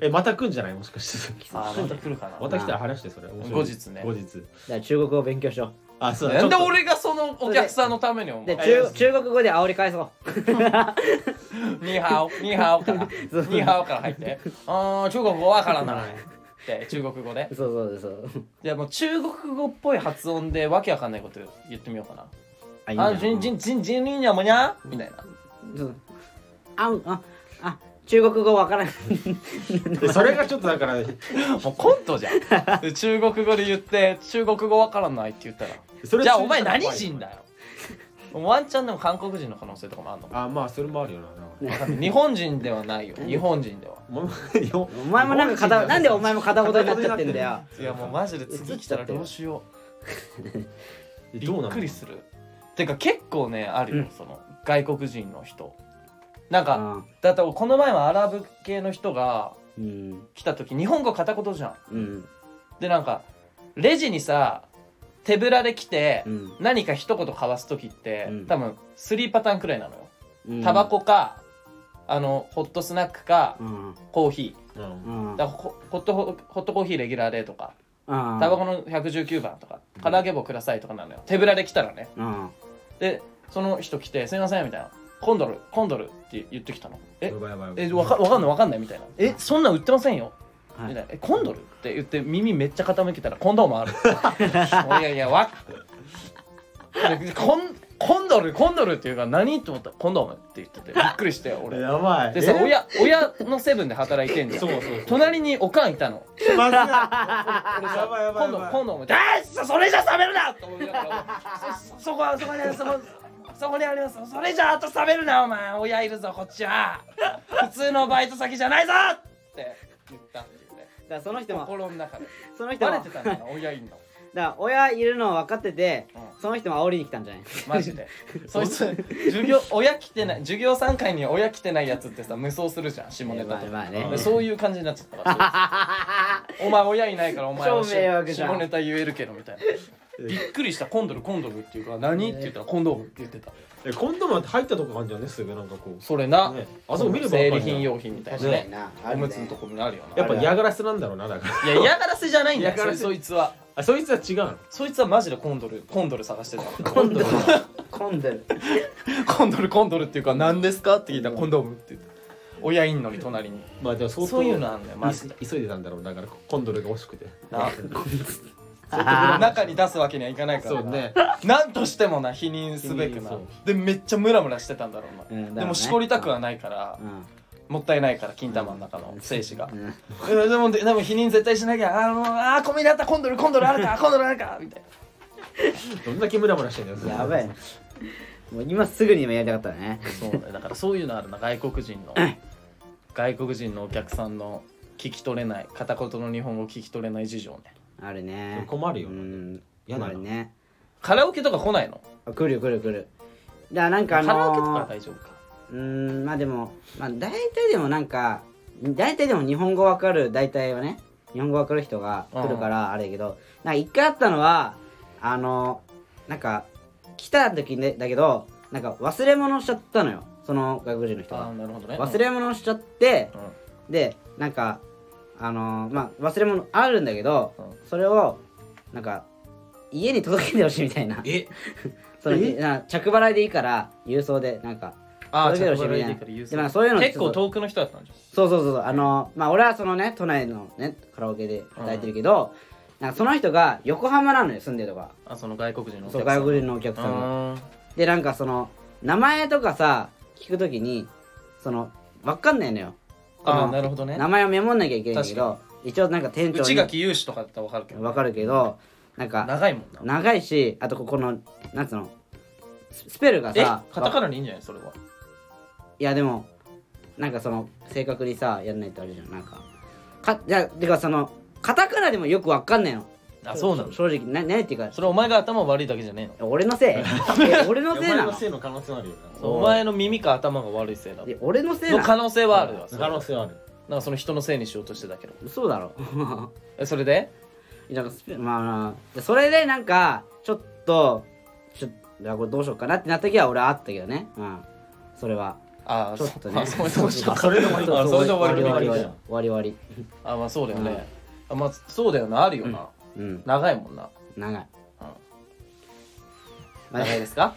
えまた来んじゃないもしかして
あーまた来るかな
また来たら話してそれ面白い
後日ね
後日
だから中国語を勉強しよ
あそうだ
なんで
ちょっと
俺がそのお客さんのために思
う
う
で
ありがとう
中中国語で煽り返そう
ニーハオニーハオからニーハオから入ってあー中国語わからないって中国語で
そうそうそうそう
じゃあもう中国語っぽい発音でわけわかんないこと言ってみようか
あいい
なあ
ん
ジンジ
ん
ンジンジンリンニャモニャみたいな
そうあんああ中国語わからん
でそれがちょっとだから
もうコントじゃんで中国語で言って中国語わからないって言ったら
それ
じゃあお前何人だよワンチャンでも韓国人の可能性とかもあるのか
あまあそれもあるよななんか
わかんない日本人ではないよ日本人では
もう日本
お前もなんか片なんでお前も片言になっちゃってんだよ
いやもうマジで次来たらどうしよう
え
び
どうなの
っくりするてか結構ねあるよ、
うん
その外国人の人なんか、
あ
だってこの前もアラブ系の人が
うん
来た時日本語片言じゃん
うん
でなんかレジにさ手ぶらで来て、
うん
何か一言交わす時って、
うん
多分3パターンくらいなのよ、
うん
タバコかあのホットスナックか、
うん
コーヒ
うん
うん
ーだからホホットホホットコーヒーレギュラーでとか
うん
タバコの119番とか唐揚げ棒くださいとかなのよ手ぶらで来たらね
うん
でその人来て「すいません」みたいな「コンドルコンドル」って言ってきたの「え
やばいやばい
えわかわかんないわかんない」みたいな「えそんなん売ってませんよ」
は
みたい
い
なえコンドルって言って耳めっちゃ傾けたらコンドームある いやいやわでコンコンドルコンドルっていうから何って思ったらコンドームって言っててびっくりしたよ俺
やばい
でさ
え
親親のセブンで働いてんじゃ
そうんそうそう
隣におかんいたの
ま ずい
俺
や
さ
ばいやばい
コンドームコンドームってあーそそれじゃ冷めるなと思いながらそそこはそこにそこそこにありますそれじゃあと冷めるなお前親いるぞこっちは普通のバイト先じゃないぞって言ったっていうね
だからその人も
心の中で
その人
バ
も
レてたんだな親いんの
だから親いるの分かってて、
うん
その人も煽りに来たんじゃ ない
マ ジでそいつ授業親来てない授業参観に親来てないやつってさ無双するじゃん下ネタとか
まあね
でそういう感じになっちゃったか らお前親いないからお前は
超迷惑じゃん
下ネタ言えるけどみたいなびっくりしたコンドルコンドルっていうから何って言ったらコンドームって言ってた
えコンドームなんて入ったとこあるじゃんねすぐなんかこう
それな、
ねあそこ見ればわ
生
かる
理
じゃ
品
ん
用品みたいな
確か
ね
に
な
おむつのとこになるよ
やっ
な
ぱ嫌がらせなんだろうなだから
いや嫌がらせじゃないんだよ
嫌がらせ
そいそいつは
あそいつは違うの
そいつはマジでコンドルコンドル探してた
コンドルコンドル
コンドルコンドルっていうか何ですかって聞いたらコンドームって言って親いんのに隣に
まあでも相当
そういうのあんだよマジで
い急いでたんだろうだからコンドルが欲しくて
な中に出すわけにはいかないから
そ
な
うね
なんとしてもな否認すべく
否認
な
そう
でめっちゃムラムラしてたんだろう
う
な、
んだろうね
でもしこりたくはないから、
うん
もったいないから金玉の中の精子が、
うん
うんでもでも否認絶対しなきゃあーもうあーコンビニだったコンドルコンドルあ るかコンドルあるかみたい
どんだけムラムラしてんだよそれ
やばいなもう今すぐにでもやりたかったね
なそうねだからそういうのあるな外国人の外国人のお客さんの聞き取れない片言の日本語聞き取れない事情ね
あるね
困る
う
よ
ん
嫌だ
困
な
るね
カラオケとか来ないの
あ来る来る来るだからなんか
カ
あ
ラオケとかは
のー
大丈夫か
うんまあでもまあ大体でもなんか大体でも日本語わかる大体はね日本語わかる人が来るからあれやけどなんか一回あったのはあのなんか来た時ねだけどなんか忘れ物しちゃったのよその外国人の人
ああ
が
なるほどね
忘れ物しちゃって
うん
でなんかあのーまあ忘れ物あるんだけど
う
それをなんか家に届けてほしいみたいな
え
その
え
な着払いでいいから郵送でなんか
ああ
そ
着
れ
払
ぞれ
い
知り合い
でいいから言う
でもそういうの
結構遠くの人だったんじゃん
そうそうそうそうあのーまあ俺はそのね都内のねカラオケで働いてるけど、なんかその人が横浜なのよ住んでるとか
あその外国人のお客
そう
さん
外国人のお客さんが
あ
でなんかその名前とかさ聞くときにそのわかんないのよ
ーあ
こ
ー
の
なるほどね
名前をメモんなきゃいけないけど一応なんか店長
内
に
垣勇志とかだったら分かるけど
わかるけどなんか
長いもんな
長いしあとここのなんつうのススペルが
え
さ
カタカ
わ
ナでいいんじゃないそれはい
やでもなんかその正確にさやんないとあれじゃんなんかかじゃてかそのカタカナでもよくわかんないの
あそうなの
正直な何っていうか
それお前が頭悪いだけじゃねえの
俺の せいえ俺の
お
せい
前
な
の
の
せいの可能性もあるよな
そうお前の耳か頭が悪いせいだ
いや俺のせい
の可
な
能性はあるわ
可能性はある
なんかその人のせいにしようとしてたけど
のそうだろ
えそれで
なんかスペまあそれでなんかちょっとちょっとあこれどうしようかなってなった時は俺はあったけどねうんそれは
ああ
ちょっとね
あそうそうしよう
あそれでもいいか
あそれで終わ
終わ
り終
り
わり
終わり終わり
あまあそうだよねあまあそうだよなあるよな
うん
長いもんな
長いまあ
長いですか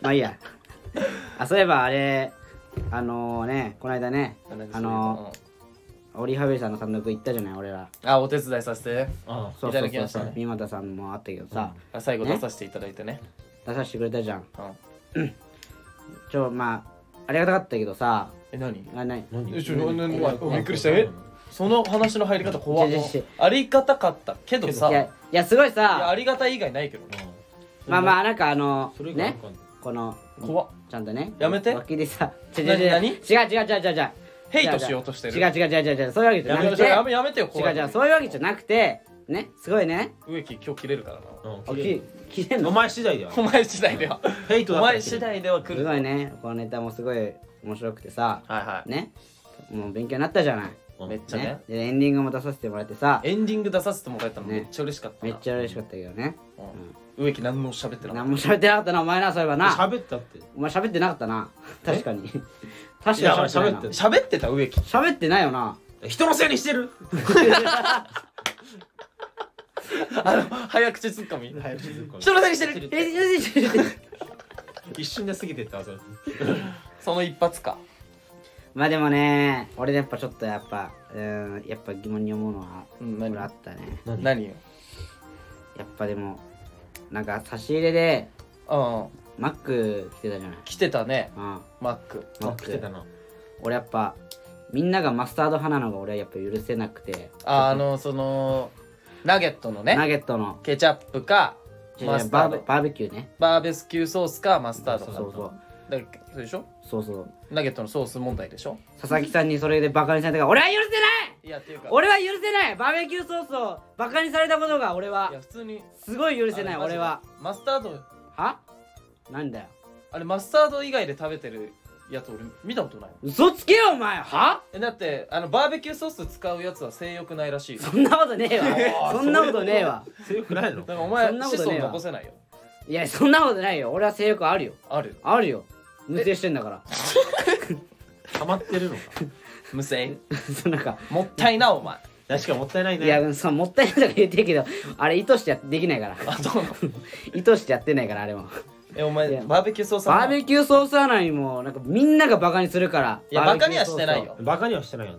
まあいいや。あそういえばあれあのねこの間ねあのオリハベリさんの単独行ったじゃない俺ら。
あお手伝いさせて
あ
そうそ
いた
う
だき
そ
ま
う
した
そう
ね。
三股さんもあったけどさ、
あ最後出させていただいてね
出させてくれたじゃん。
うん
ちょまあありがたかったけどさ
え何
あない。
えちょなななびっくりしたえその話の入り方怖っ
ちょちょちょ
ありがたかったけど
い
さい
やい
や
やすごい
あ
さ
りがたい以外ないけどね
まあまあなんかあの
それが
ねこの
怖っ
ちゃんとね
やめて
脇でさ違う
何
違う違う
何
違う違う違う違う違う
ヘイトしようとしてる
違う違う違う違う違うそういうわけじゃ
や
なく
めて
て
やめやめてよ怖
違う
い
違うそういうわけじゃなくてねすごいね
植木今日切れるからな
あき切れんの
お前次第だよ
お前次第では
ヘイト
お
だったら
前次第では来
す
る
ご
はい
いねこのネタもすごい面白くてさ
は
ねもう勉強になったじゃない、
う
い
ん
めっちゃね
ねでエンディングも出させてもらってさ
エンディング出させてもらえたの
ね
めっちゃ嬉しかった
め
な
っちゃ嬉しかったけどね
うん植木何も喋ってなかっ
何も喋ってなかったなお前なそういえばな
喋ったって
お前喋ってなかったな確かに
い
確
や
かに喋ってないな
喋った
喋ってた 植木
喋ってないよな
人のせいにしてる
あの早口ツッコミ人
人
のせいにしてる
えよしよしよしよし
一瞬で過ぎてったそれ
その一発か
まあでもね俺やっぱちょっとやっぱうんやっぱ疑問に思うのは
うん
俺あっ
何
たね
何
何よ
やっぱでもなんか差し入れで
うん
マック来てたじゃない
来てたね
うんマ
マック
あ
ッ
来てた
ク
な
俺やっぱみんながマスタード派なのが俺はやっぱ許せなくて
ああのそのナゲットの
ナ
ね
ゲットの
ケチャップか
じゃあ
マスタ
バ
ー
ーベ
ド
バーベキューね
バーベスキューソースかマスタード
そ
か
う
だ
そう
からそうでしょ
そうそう
ナゲットのソース問題でしょ
佐々木さんにそれでバカにされたから俺は許せない
いやっていうか
俺は許せないバーベキューソースをバカにされたことが俺はい
や普通に
すごい許せない
あれマジ
俺
で
は
マスタード
はなんだよ
あれマスタード以外で食べてるやつ俺見たことない
嘘つけよお前は
えだってあのバーベキューソース使うやつは性欲ないらしいよ
そんなことねえわそんなことねえわ
強くないの
だからお前
そんな
子
ことねえわ
孫残せないよ
いやそんなことないよ俺は性欲あるよ
ある
あるよ無制してんだから
溜まってるのか
無性
そう なんか
もったいなお前
確かにもったいない
い
ね
やそうもったいないとか言ってるけどあれ意図してやっできないから
あそうなの
意図してやってないからあれも
えお
い
前
や
バーベキューソース
バーベキューソース穴にもなんかみんながバカにするから
いや
バ
バ
ーベ
カ
キ
に
ュー
は
ソース
し
を
てないよ、
バカにはしてないよな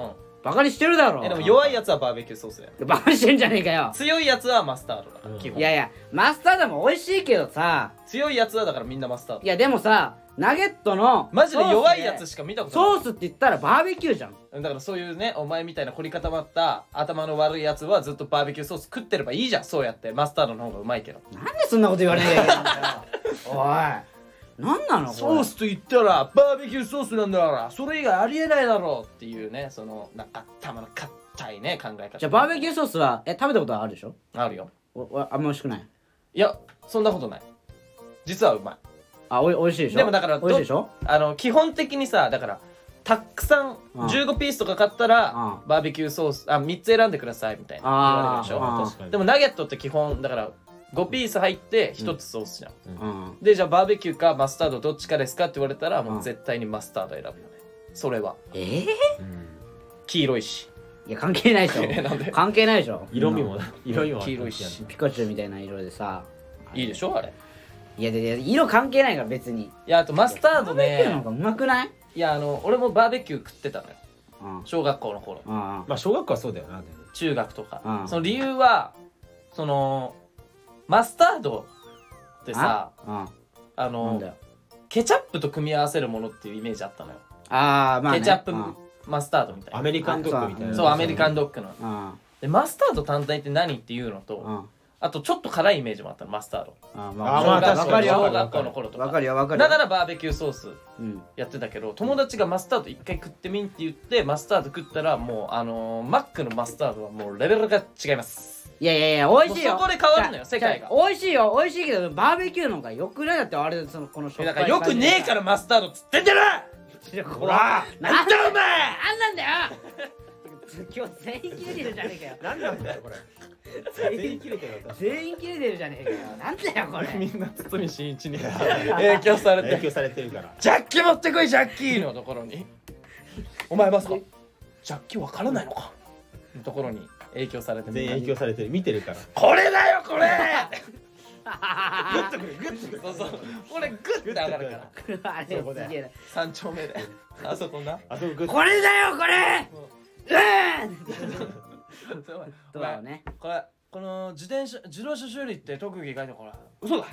うん、
バカにしてるだろ
えでも弱いやつはバーベキューソースや
バカにしてんじゃねえか よ
強いやつはマスタードだから、
うん
基本
いやいやマスタードも美味しいけどさ
強いやつはだからみんなマスタード
いやでもさナゲットの
マジで弱いや
ソー
つ
ス
しか見たこ
で
と
ソ
な
ースって言ったらバーベキューじゃん
いだからそういうねお前みたいな凝り固まった頭の悪いやつはずっとバーベキューソース食ってればいいじゃんそうやってマスタードの方がうまいけど
なんでそんなこと言われなきゃい けないんだよおいなんなのこれ
ソースと言ったらバーベキューソースなんだからそれ以外ありえないだろうっていうねそのなんか頭の硬いね考え方
じゃあバーベキューソースはえ食べたことあるでしょ
あるよ
おおあんま美味しくない
いやそんなことない実はうまい
あおい美味しいでしょ
でもだから
美味しいでしょ
あの基本的にさだからたっくさん
うん
15ピースとか買ったら、
う
バーベキューソースあ3つ選んでくださいみたいな言われるでしょ
あー
確かに
でもナゲットって基本だから5ピース入って1つソースじゃん、
うん
でじゃあバーベキューかマスタードどっちかですかって言われたらも
あ
う絶対にマスタード選ぶよねそれは
え
う
ー、
ん
黄色いし
いや関係ないでし
え なんで
ょ関係ないでしょ
色味もな色味も
黄色いし
ピカチュウみたいな色でさ
いいでしょあれ
いやでで色関係ないから別に
いやあとマスタード
バーベキューの方
ね
がうまくない
いやあの俺もバーベキュー食ってたのよ
うん
小学校の頃
うん
まあ小学校はそうだよなでも
中学とか、
うん
その理由はそのマスタードってさ
あ
あ
うんなん
の
だよ
ケチャップと組み合わせるものっていうイメージあったのよ、
ああまあね
ケチャップ
うん
マスタードみたい
ア
な
メリカンドッグみたいな
そうアメリカンドッグの
うん
でマスタード単体って何っていうのと
うん
あとちょっと辛いイメージもあったのマスタード
あ
あまあ
小学
確かに
小学校の頃とか
わかるよわかるよ
だからバーベキューソース
うん
やってたけど友達がマスタード一回食ってみんって言ってマスタード食ったらもうあのーマックのマスタードはもうレベルが違います
いやいやいや美味しいよ
もうそこで変わるのよ
じゃ
世界が
じゃ美味しいよ美味しいけどバーベキューの方がよくないだってあれそのこの食
だからよくねえからマスタードっつって
出てる
ら
ほら
な
なんん
だ
だ
お
お前
前なんなんだよ 今日全員切れてるじゃねえかよ
何なんだよこれ全員切れてる
全員切れてるじゃねえかよなんだよこれ
みんな堤真一に影響され
影
て
響されてるから
ジャッキ持ってこいジャッキーのところにお前マスタージャッキわからないのかのところに影響されて
全員影響されてる見てるから
これだよこれ
グッとくるグッとくる
そうそうこれグッて上がるから
あれ
そこだよ
すげえな
三丁目であそこな
あそこグッ
これだよこれうーん
お
と
前
はね
これこの自転車自動車修理って特技書いてこら嘘だ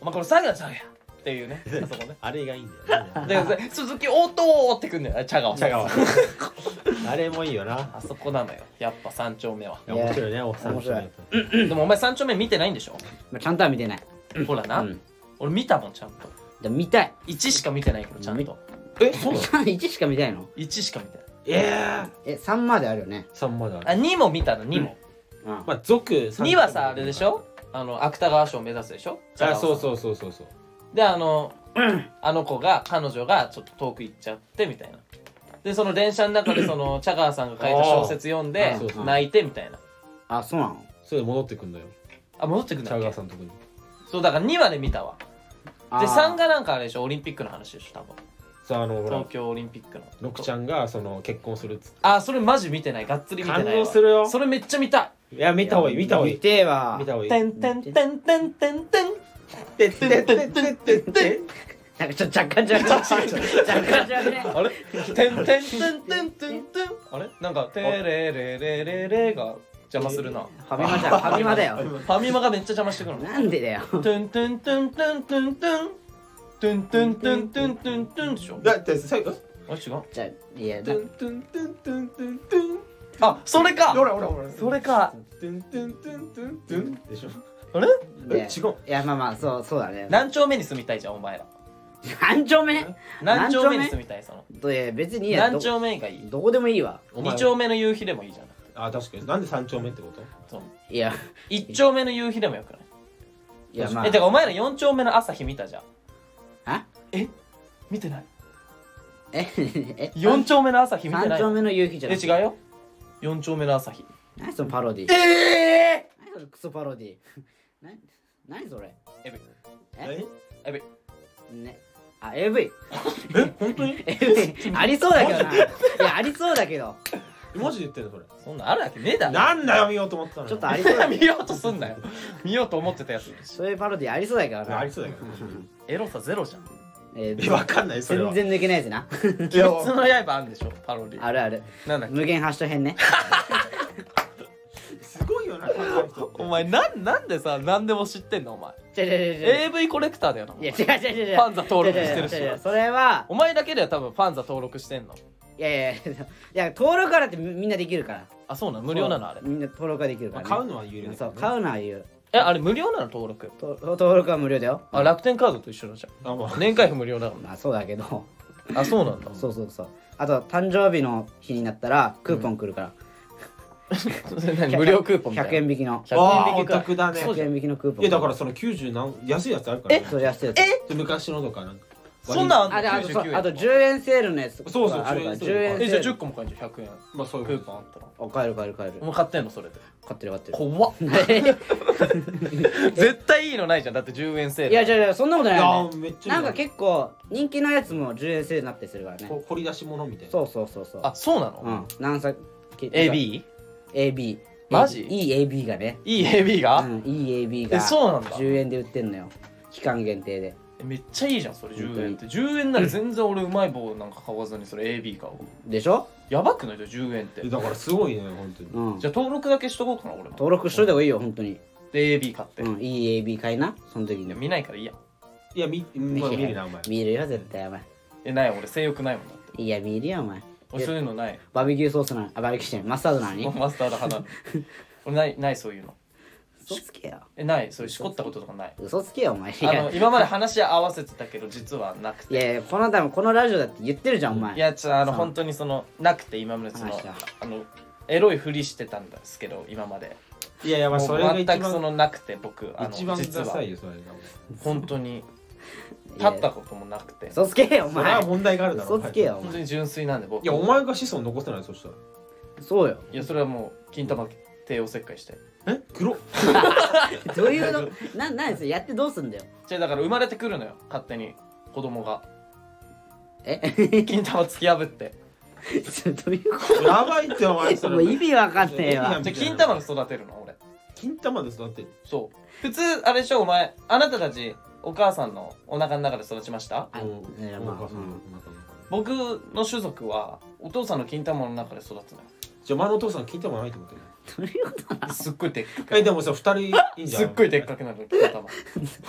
お前これ詐欺だ詐欺やっていうねあそこね
あれがいいんだよ ね
で鈴木応答ってくんだよね茶川
茶川あれもいいよな
あそこなのよやっぱ三丁目はい
や面白いねおっさん
面白い
でもお前三丁目見てないんでしょ
まあちゃんとは見てない
ほらな、
うん
俺見たもんちゃんと
でも見たい
1しか見てないけどちゃんとえそうなの
1しか見たいの
1しか見てない
え
え3まであるよね
3まであ
あ2も見たの2も、
うん
まあ族
2はさあれでしょあの芥川賞を目指すでしょ
あそう
う
そうそうそうそう
であの、 あの子が彼女がちょっと遠く行っちゃってみたいなでその電車の 中でその茶川さんが書いた小説読ん
あ
で
ーそうそう
泣いてみたいな
あそうなの
それで戻ってくんのよ
あ戻ってくんだ
茶
っ
川
け
さんのとこに
そうだから2話で見たわ
あ
で
ー
3がなんかあれでしょオリンピックの話でしょ多分
さあのほら
東京オリンピックの
ロクちゃんがその結婚するっつっ
あーそれマジ見てないがっつり見てないわ
感動するよ
それめっちゃ見た
ていや見た方がいい見た方がい
見
い
てえわ
見た方がいい
てんてんてんてんてんてんてんてんてんてんてんてん
なんかちょっと若干じゃ若干じゃね
あれてんてんてんてんてんてんあれなんかてれれれれれが邪魔するな
ファミマじゃんファミマだよ
ファミマがめっちゃ邪魔してくるの
なんでだよ
てんてんてんてんてんてんてんてんてんてんてんてんでしょ
だって最後
あ違う
じゃいや
ト
だ
ゥントゥントゥントゥントゥントゥン
あそれか
ほらほらほら
それか
トゥントゥントゥントゥントゥンでしょ
あれ
え
で
違う
いやまあまあそうそうだね
何丁目に住みたいじゃんお前ら
何丁目
何丁目に住みたいその
といや別にいいや
何
ど
丁目がいい
どこでもいいわ
お前
2丁目の夕日でもいいじゃん
あ確かになんで三丁目ってこと
そう
いや
1丁目の夕日でもよくない
いやまあ
えてかお前ら4丁目の朝日見たじゃん
あ
え見てない
ええ
4丁目の朝日見て
三
ない
丁目の夕日じゃ
え
な
違う
う
よ4丁目の朝日
何そのパロディ
ええ
何そのクソパロディ 何何それ
エブ
え
エブ
ねあ AV
え本 当に
AV ありそうだけ どないやありそうだけど
マジで言ってんのそれ
そんなんあるわけねえだろ
なんだよ見ようと思ってたの
ちょっとありそうだけ
見ようとすんなよ見ようと思ってたやつ
どそういうパロディありそうだけどな
ありそうだけど
エロさゼロじゃん
え
えわかんないそれは
全然抜けないやつない
や
普通の刃あるんでしょパロディ
あるある
なんだっけ
無限発射編ね
すごいよな考える人って
お前なんなんでさ何でも知ってんのお前
違う違う違う違う
AV コレクターだよなお
いや
前
違う違う違う違う
ファンザ登録してるし
違う違う違うそれは
お前だけでは多分ファンザ登録してんの
いやいやいやいや登録からってみんなできるから
あそうなの無料なのあれ
みんな登録ができるか
まあ
ら、ね、
買うのは有料だけ
そ
ど
う
ね
買うのは言う
えあれ無料なの登録
と登録は無料だよ
あ楽天カードと一緒のじゃん
あまあ
年会費無料だもん
まあそうだけど
なあそうなんだ
そうそうそうあと誕生日の日になったらクーポン来るから、
それ 何無料クーポンみたいな
100円引きの
あ
100円
ー
引
お
きか
得だね
そ
100
うじゃん
円引きのクーポン
いやだからその90何安いやつあるからね
それ安いやつ
え
で昔のとかなんか
そんなんあんの
あであと
99
そう
円
あと10円セールのやつ
そうそう
あるから
10
10円
円
え
セ
じ
ー
ゃあ
ル
10個も買えんじゃん100円
まあそういう
ク
こと
ーポンあったら
あ買える買える買える
お前買ってんのそれで
買ってる買ってる
怖っ絶対いいのないじゃんだって10円セー ル
いやじゃあじゃあそんなことないよ、
いやーめっ
ね、
ちゃい
ないんか結構人気のやつも10円セールになってするからね
こ掘り出し物みたいな
そうそうそうそう
あそうな
う
の
ん何作
AB?
AB
マジ
いい AB がね
いい AB
う
が
ん、いい AB が
えそうなんだ
10円で売ってんのよ期間限定で
えめっちゃいいじゃんそれ10円って10円なら全然俺うまい棒なんか買わずにそれ AB 買おう
でしょ、
やばくないじゃん10円って
えだからすごいね本当に
うん、
じゃあ登録だけしとこうかな俺も
登録しといた方がいいよ本当に、
で AB 買って
うん、いい AB 買いなその時
い
に
や見ないからいいや
いやみまあ見るなお前
見るよ絶対お前
えない俺性欲ないもんだって
いや見るよお前
俺そういうのない
バーベキューソースなのあバーベキューしてないマスタードなのに
マスターの花俺ないないそういうの
嘘つけよ
えないそういうしこったこととかない
嘘つけよお前い
あ
や
の今まで話合わせてたけど実はなくて
いやいやこの多分このラジオだって言ってるじゃんお前
いやちょあの
そう
本当にそのなくて今までその
話が
あのエロいふりしてたんですけど今まで
いやいやまあそれ
も
が
う
一
全くそ
番
のなくて僕あの
一番
実
ダ
は
サいよそれが
本当に
いや
立ったこともなくて
嘘つけよお
それは
前
問題があるだろ
嘘つけよお
本当
前
に純粋なんで僕
いやお前が子孫残せないそしたら
そうよ
いやそれはもう金玉帝王切開して
え黒
どういうのななんですやってどうすんだよ
じゃあだから生まれてくるのよ勝手に子供が
え
金玉突き破って
ちょどういう こ
やばいってお前
と
そ
もう意
れ
味わかんねえわ
じゃあ金玉が育てるの俺
金玉で育ってる
そう普通あれでしょお前あなたたちお母さんのお腹の中で育ちました
あ
うん
いやまあ
お母さんの
うん
お腹の中で
僕の種族はお父さんの金玉の中で育つのよ
じゃあお前のお父さん金玉ないってことね
どういうことな
すっごいでっかく
えでもさ二人いいんじゃん
すっごいでっかくなるの金玉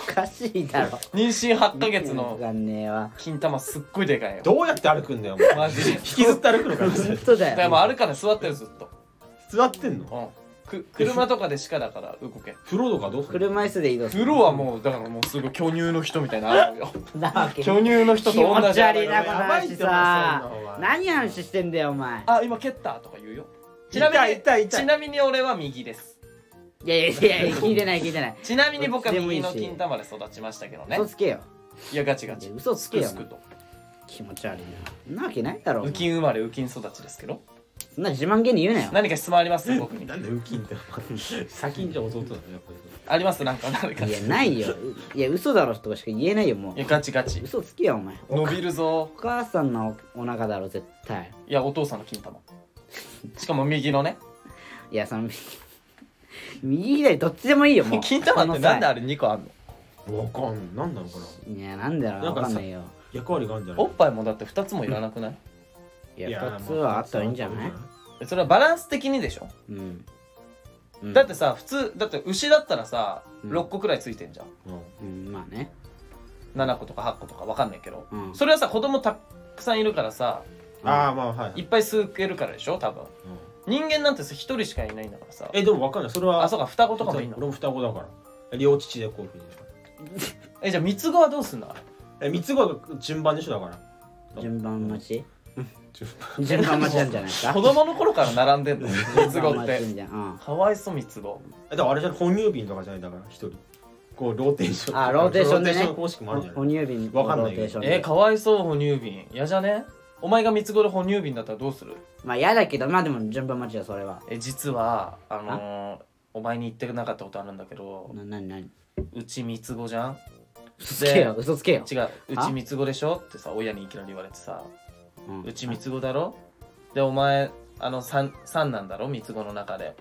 おかしいだろ
妊娠8ヶ月
わ
の
かんねえわ
金玉すっごいでかいよ
どうやって歩くんだよお前
マジで
引きずって歩くのかな
本当
だ
だ
からもう
よ
歩かない座ってるずっと、
座ってんの
うん、く車とかでしかだから動け
風呂とかどうするの
車椅子で移動す
風
る
呂はもうだからもうすごい巨乳の人みたいなのある よ
なわけ
巨乳の人と同じ
気持ち悪い
や
な
ばいってお前そ
さ
んなお前
何話してんだよお前
あ今蹴ったとか言うよちなみ
痛い
に
痛い痛
ち
い
なみに俺は右です
いやいやいやいや聞いてない聞いてない
ちなみに僕は
どっちでもいい
右
し
の金玉で育ちましたけどね
嘘つけよ
いやガチガチ
嘘つけよ
すくすくと
気持ち悪いななわけないだろお
ウ
前
キン生まれウキン育ちですけど
そんな自慢げに言うなよ
何か質問あります僕に
なんでウキンってお前先んじゃ弟だねやっぱり
ありますなんか何か
い
い
やないよいや嘘だろとかしか言えないよも
や
う
ガチガチ
嘘つけよお前
伸びるぞ
お母さんのお腹だろ絶対
いやお父さんの金玉しかも右のね
いやその右 右左どっちでもいいよもう
金玉ってなんであ
る
れ2個あんの
わかんなんなのかない
やなんだろう
な
わ
んかさ
かんないよ
役割があるんじゃない
おっぱいもだって2つもいらなくない
いや2つはあったらいいんじゃない
えそれはバランス的にでしょ
うんうん
だってさ普通だって牛だったらさ
うん
6個くらいついてんじゃん
うんまあね
7個とか8個とかわかんないけど
うん
それはさ子供たくさんいるからさ
ああまあはい
っぱい吸けるからでしょ多分
うん
人間なんてさ1人しかいないんだからさ
えでもわかんないそれは
あそうか双子とかもいい
俺
の
も双子だから両父でこういうふうに
えじゃあ三つ子はどうすんだ
え三つ子が順番でしょだから
順番待ち
順
順番待ちなんじゃないですか
子供の頃から並んでんの三つ子
順番
っ
待ち
て
みたいなうん
かわいそう三つ子
えだからあれじゃない哺乳瓶とかじゃないだから一人こうローテーション
あローテーションでね
ローテ方式もあるんじゃ
哺
ない
乳瓶
わかんない
ローテーション
え
で
かわいそう哺乳瓶嫌じゃねお前が三つ子で哺乳瓶だったらどうする
まあ嫌だけどまあでも順番待ちだそれは
え実はあのーお前に言ってなかったことあるんだけど
ななになに
うち三つ子じゃん
嘘つけよ嘘つけよ
違ううち三つ子でしょってさ親にいきなり言われてさ
うん
うち三つ子だろでお前あの三三なんだろ三つ子の中で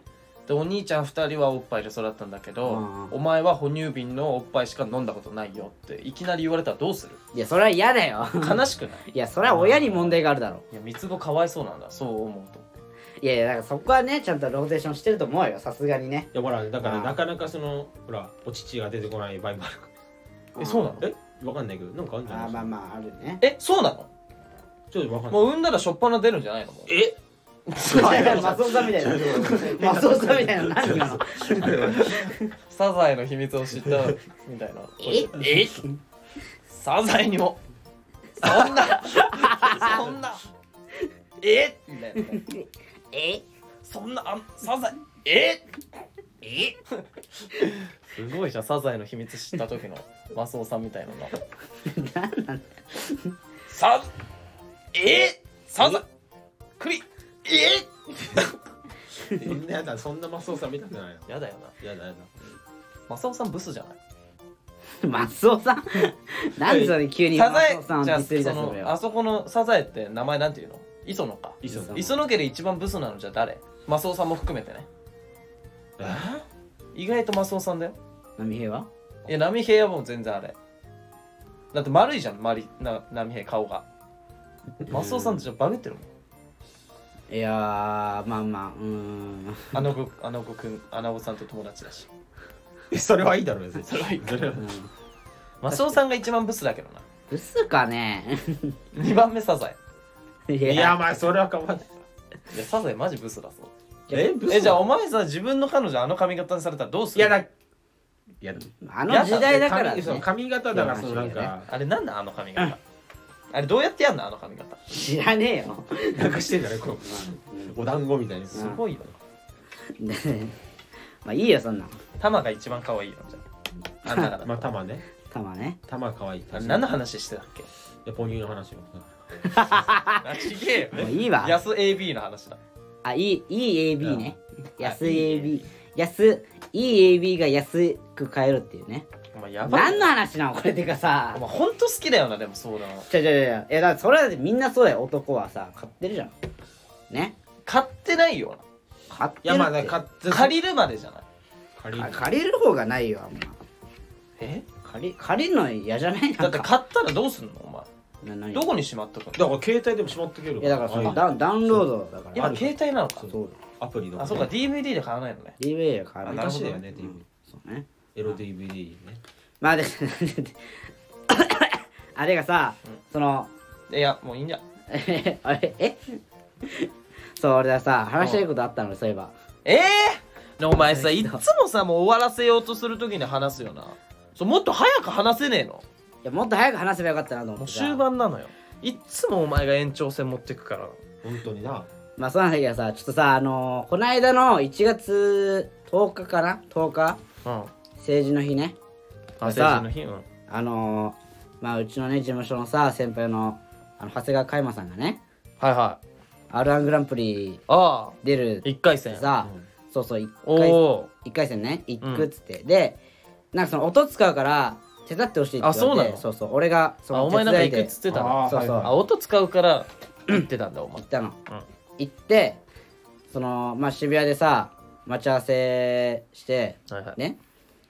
でお兄ちゃん二人はおっぱいで育ったんだけど、
うん
お前は哺乳瓶のおっぱいしか飲んだことないよっていきなり言われたらど うする
いやそれは嫌だよ
悲しくない
いやそれは親に問題があるだろ
いや三つ子かわいそうなんだそう思うと
いやいやだからそこはねちゃんとローテーションしてると思うよさすがにね
いやほらだか
あ
ら
ー
なかなかそのほらお乳が出てこない場合もあるか
えそうなの
らえわかんないけどなんかあるんじゃ
あ
な
ー
い
まあまああるね
えそうなの
ちょっとわかんない
もう産んだらしょっぱな出るんじゃないのもう
え
マスオさんみたいなマスオさんみたいな何なの
サザエの秘密を知ったみたいな
え
サザエにもそんなそんなえみたいなね
え
そんなあんサザエええすごいじゃんサザエの秘密知った時のマスオさんみたいなのサえサザクリえ
みんなやだそんなマスオさん見たくないの
やだよな
やだやだ
マスオさんブスじゃな い
マスオさん何それ急に
サ
マ
ザ
ス
エ
オさんを
じ
デ
ゃあ
ィスり出
そ
すの
のあ
よ
そこのサザエって名前なんていうの磯野か
いいっすよ
いいっ
磯野家で一番ブスなのじゃ誰マスオさんも含めてね
え
意外とマスオさんだよ
波平はい
や波平はもう全然あれだって丸いじゃんマリな波平顔がマスオさんってちょっとバグってるもん
いやーまあまあうーん
あの子あの子くんあの子さんと友達だし
えそれはいいだろ別に
それはいい
それは
うん
マスオさんが一番ブスだけどな
嘘かね
2番目サザエ
い
いやまあそれはかわい
いやサザエマジブスだぞえ
嘘
えじゃあお前さ自分の彼女あの髪型にされたらどうす
い
る
やだいや
あの時代だから、
髪そう
ね、
髪型だからそのなんか
あれなんだあの髪型あれどうやってやんのあの髪型
知らねえよ、
なんかしてんだねこうお団子みたいに
すごいよ
でまあいいよそんなん
玉が一番可愛いよじゃああんな から
まあ玉ね
玉ね
玉可愛い
あれ何の話してたっけ
でポニーの話を
あちげえ
も
よ
ういいわ
安 AB の話だ
あいいいい AB ね安
あ
い
いい
AB 安いい AB が安く買えるっていうね
お前やばい
何の話なのこれてかさ
お前ほんと好きだよなでもそうだ
じゃじゃじゃいやだからそれはみんなそうだよ男はさ買ってるじゃんね
買ってないよ
買ってるって
いやまあだから
な借りるまでじゃない
借り
あ
る
借りる方がないよあんま
え
借り借りるの嫌じゃない
だ
な
っ
ん
て
か
買ったらどうすんのお前
な何
どこにしまっとくの
だから携帯でもしまってける
いやだからそのダウンダウンロードだから
あ
今
る
携帯なのか
そうだ
アプリの
あそうか DVD で買わないのね
DVA が買わ
あ
ない
昔だよね DVD
そうね
エロ DVD ね
まあであれがさその
いやもういいんじゃん
えあれえそう俺はさ話したいことあったのそういえば
ええねお前さいっつもさもう終わらせようとするときに話すよなそうもっと早く話せねえの
いやもっと早く話せばよかったなと思っ
もう
てさ
終盤なのよいっつもお前が延長戦持ってくから
本当にな
まあそうなんだけどさちょっとさあのーこの間の1月10日かな10日
うん
政治の日ねで
あ成
さ
人の日うん
あのーまあうちのね事務所のさ先輩のあの長谷川嘉馬さんがね
はいはい
r 1グランプリ
ああ
出る
一回
って
戦
さ、
うん
そうそう一
お
回
お
一回戦ね行くっつって、でなんかその音使うから手伝ってほしいって言われて
あ
そうそう俺がそ
あ
の
お前なんか
手
行く
伝い
っ
で
つってた
あ
な
ー
そうそう
はい
あ
は
音使うから言ってたんだお前
行ったの
うん
行ってそのまあ渋谷でさ待ち合わせして
はいはい
ね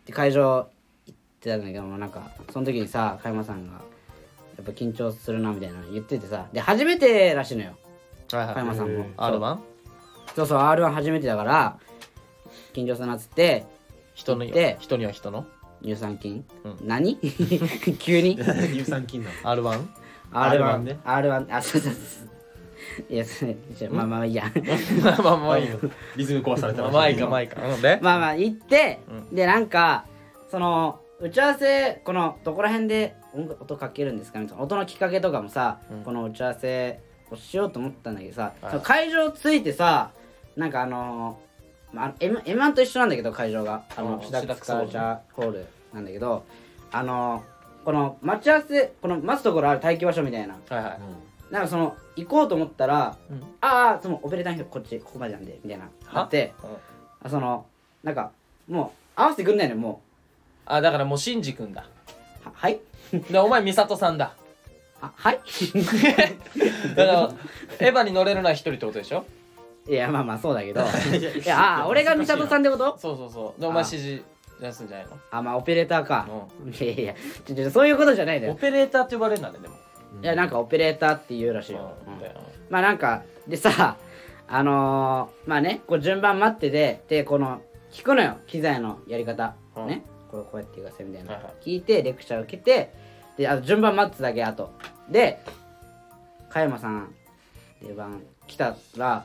で会場行ってたんだけどもなんかその時にさ加山さんがやっぱ緊張するなみたいなの言っててさで初めてらしいのよ
はい
加
はい
山さんも
R1
そうそう r 1初めてだから緊張するなっつって
人の
行って
人には人の
乳酸菌、
うん
何 急に
い乳酸菌なの
R1
R1
R1 ね
R1 あそうそうそういやそれじゃあまあまあいいや
まあまあまあいいよ
リズム壊されて
ま
ま
あ
したね
まあいいかまあいいかうんで
まあまあ行って、
う
でなんかその打ち合わせこのどこら辺で音楽音かけるんですかみたいな音のきっかけとかもさ、
うん
この打ち合わせをしようと思ったんだけどさ、
はい
その会場ついてさなんかあのーまあ、M- M1 と一緒なんだけど会場があ
う
の
ん
シダッ
シダ
ク
ック
ス
スホ
カ
ール
ルチャーホールなんだけどあのーこの待ち合わせこの待つところある待機場所みたいな
はいはい
なんかその行こうと思ったら、
うん
ああそのオペレーターの人こっちここまでなんでみたいな
は
あって
うん
あそのなんかもう合わせてくんないのよも
あだからもうシンジ君だ
うははい
でお前美里さんだ
あはい
だからエヴァに乗れるのは一人ってことでしょ
いやまあまあそうだけど いやあー俺が美里さんってこと
そうそうそうでお前指示出すんじゃない
あまあオペレーターか
の、
いやいやちょちょそういうことじゃないの
うん、オ
よ
ペレーターって呼ばれるんだねでも、
いやなんかオペレーターっていうらしいよ、
うん
うん
だよ
まあなんかでさあのーまあねこう順番待っててでこの聞くのよ機材のやり方、
うん
ねこれこうやってくださいみたいな、
はいはい
聞いてレクチャー受けてであと順番待つだけあとで加山さん出番来たら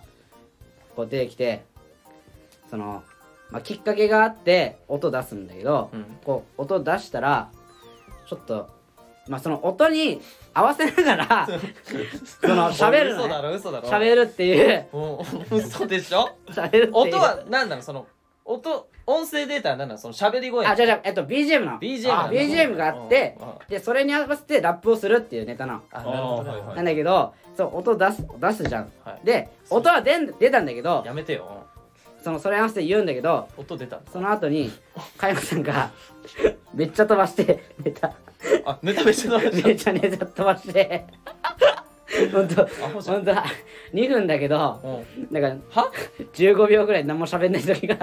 こう出てきてその、まあ、きっかけがあって音出すんだけど、
うん
こう音出したらちょっと、まあ、その音に合わせなが らその喋るの、
嘘
ね
だ、ろ嘘だろ
喋るって いう
うん嘘でしょ
喋るっていう
音は何なのその音音声データは何なのその喋り声
あじゃじゃえっと BGM の
BGM な
あ
の
BGM があって
うんうん
でそれに合わせてラップをするっていうネタなの、
あなるほど
あーはいは
なんだけどそう音出す出すじゃん、
はい
で音は出ん出たんだけど
やめてよ
そのそれに合わせて言うんだけど
うん音出たんだ
その後に加山さんが めっちゃ飛ばしてネタ
あネタめっちゃ飛ばし
めっちゃネタ飛ばして本当
たアホじゃん
本当は2分だけど
うん
なんか
は
15秒ぐらい何も喋んない 時が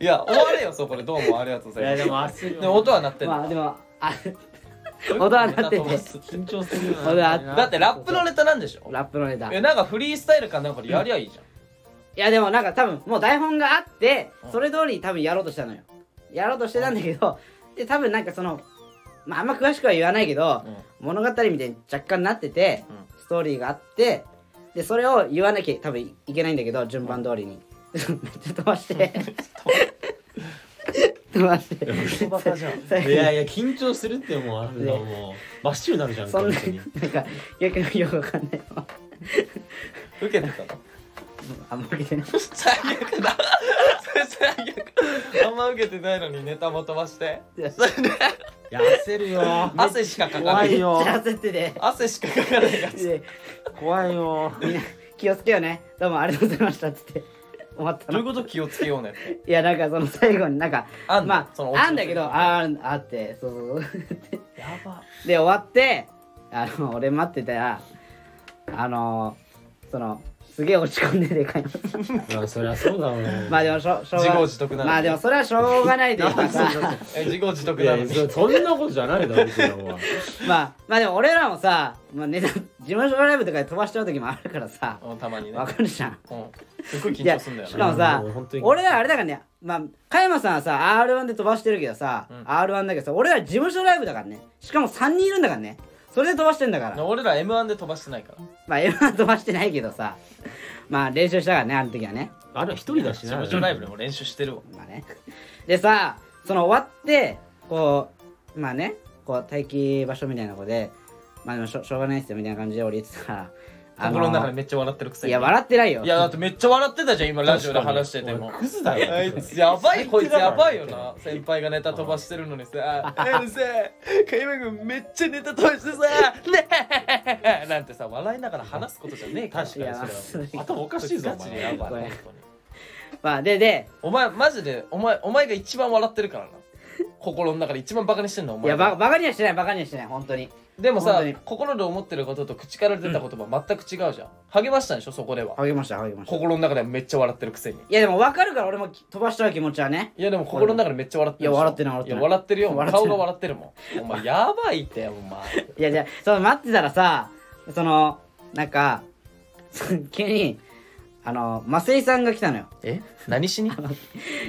いや終われよそこでどうもありがとうご
い
ざい
や
ます
でも熱いよ
でも音は鳴ってんの
まあでもあ音は鳴ってて
緊張するよ
俺は
だってラップのネタなんでしょ
ラップのネタ
えなんかフリースタイルかなんかでやりゃいいじゃん、
いやでもなんか多分もう台本があって
うん
それ通り多分やろうとしたのよやろうとしてたんだけどで多分なんかそのまああんま詳しくは言わないけど
うん
物語みたいに若干なってて
う
ストーリーがあってでそれを言わなきゃ多分いけないんだけど順番通りにちょっと飛ばして 飛ばして
クソバカじゃん
最後
い
に
やいや 緊張するってもうあんなもう真っ白になるじゃん
そんな
本当 に
なんか逆によくわかんない わ
受けてたの
あんまりね
最悪だ最悪あんま受けてないのにネタも飛ばしてそれで
いや焦るよ
汗しかかかな
怖
い
いよ
めっちゃ 焦ってて
汗しかかかないやつ
で
怖いよ
みんな気をつけようねどうもありがとうございましたっつって終わった
どういう
の
こと気をつけようねって
いやなんかその最後になんか
あんの
ま
その
あ
オチの
あんだけどあーあってそう
やば
で終わってあの俺待ってたらあのそのすげえ落ち込んでて買います
まあそりゃそうだもん
まあでもしょしょうが
自業自得なの
まあでもそれはしょうがないと いうかさ
え自業自得
い
な
や
の
い
に
やそんなことじゃないだろ別にお前
まあまあでも俺らもさ、まあ、ネタ事務所ライブとかで飛ばしちゃう時もあるからさ
うんたまにね
わかるじゃん
うんすっごい
い
緊
や
張
し
すんだよ
か
な
もさ
いや本当に
俺らあれだからねまあ加山さんはさ r 1で飛ばしてるけどさ、
うん
r 1だけどさ俺ら事務所ライブだからねしかも3人いるんだからねそれで飛ばしてんだから
俺ら M1 で飛ばしてないから
まあ m 1飛ばしてないけどさまあ練習したからねあの時はね
あれ一人だし
事
な
務所ライブでも練習してるわ
まあね。でさ、その終わって、こう、まあね、こう待機場所みたいなとこで、まあでもしょしょうがないっすよみたいな感じで俺言ってたら、あ
心の中でめっちゃ笑ってるく
い
せに
や、笑ってないよ。
いやだってめっちゃ笑ってたじゃん今ラジオで話してて
お
も
いクズだよ
あいつやばいこいつやばいよな先輩がネタ飛ばしてるのにさ「あのさかいまくんめっちゃネタ飛ばしてさねえ!」なんてさ笑いながら話すことじゃねえから
確かにそれ
いや
は頭おかしいぞ
ガ
お
チで
前
やばい
これ
本当に
まあ、で、で、
お前マジでお前お前が一番笑ってるからな心の中で一番バカにしてんのお
い
前
や、ばバカにはしてない、バカにはしてない、本当に。
でもさ
本当に
心で思ってることと口から出た言葉全く違うじゃん励ましたんでしょそこでは
励ました、励ました。い
心の中ではめっちゃ笑ってるくせに
や、でも分かるから俺もき飛ばしちゃう気持ちはね。
いやでも心の中でめっちゃ笑ってるでしょ
いや笑ってない笑ってない
や笑ってるよ
笑ってない
顔が笑ってるもんお前やばいってお前
いや、じゃあその待ってたらさ、その、なんか、 その急に、あの、増井さんが来たのよ。
え何しに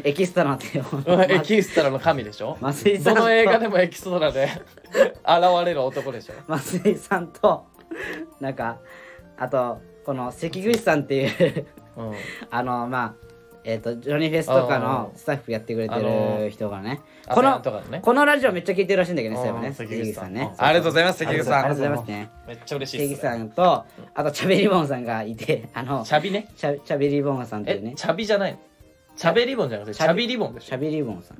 エキストラってよ。
エキストラの神でしょ
増井さん
ど
と
の映画でもエキストラで現れる男でしょ
松井さんと なんかあとこの関口さんっていう
うん
あのまあえっ、とジョニーフェスとかの
あー
スタッフやってくれて
あのー
る人がね
ア
こ
セア
の
ンとかのね
このラジオめっちゃ聞いてるらしいんだけどねそういえば
う
ね
ん
関口さんね
ありがとうございます関口さん
ありがとうございますね
めっちゃ嬉し
関
いっ
口
すね
さんとあとチャベリボンさんがいて あの
チャビね
チャチャベリボンさんっていう
え
ね
チャビじゃないのチャベリボンじゃなくてチャビリボンでし
チ
ょ
ャベリボンさん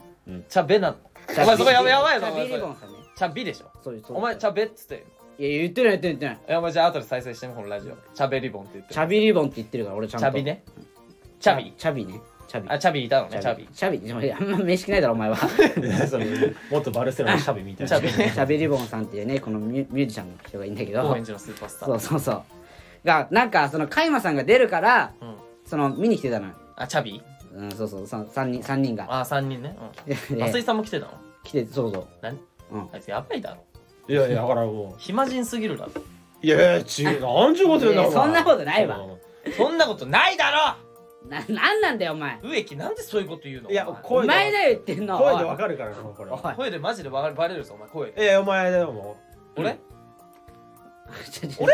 チャベなの
チャ
お前そこやばいやばい
チ
ぞお
ャベ
前そ
リボ
れ
ンさんね
チャビでしょ
そうですそうです
お前チャベっつって
いや言ってない言ってない言ってない
えお前じゃあ後で再生してみこのラジオチャベリボンって言って
チャベリボンって言ってるから俺ちゃん
チ
と
ャビねチャビ
チャビねチャビ
あチャビいたのねチャビ
チャビチャビあんま面識ないだろお 前は
それもっとバルセロナのシャビみたい
チ
な
ャビ
チャビリボンさんっていうねこのミュミュージシャンの人がいいんだけ
高
ど
円寺のスーパースター
そうそうそうがなんかそのカイマさんが出るから
うん
その見に来てたのよ、
あチャビ
うん、そうそうそ3人三人が
あ三人ね
で
うん増井さんも来てたの
来てそうそう
何
うん
あいつやばいだろ
いやいやだからも
暇人すぎるだろ
ういやいや違う何十こと言うんだ
いや
お前
そんなことないわ
そんなことないだ
ななんなんだよお前
ろ植木なんでそういうこと言うの
いや
お前
お
声で
前だよ言ってんの
声でわかるからなこれ
おいおい
声でマジでバレバレるぞお前声で
いやお前だよも
俺
俺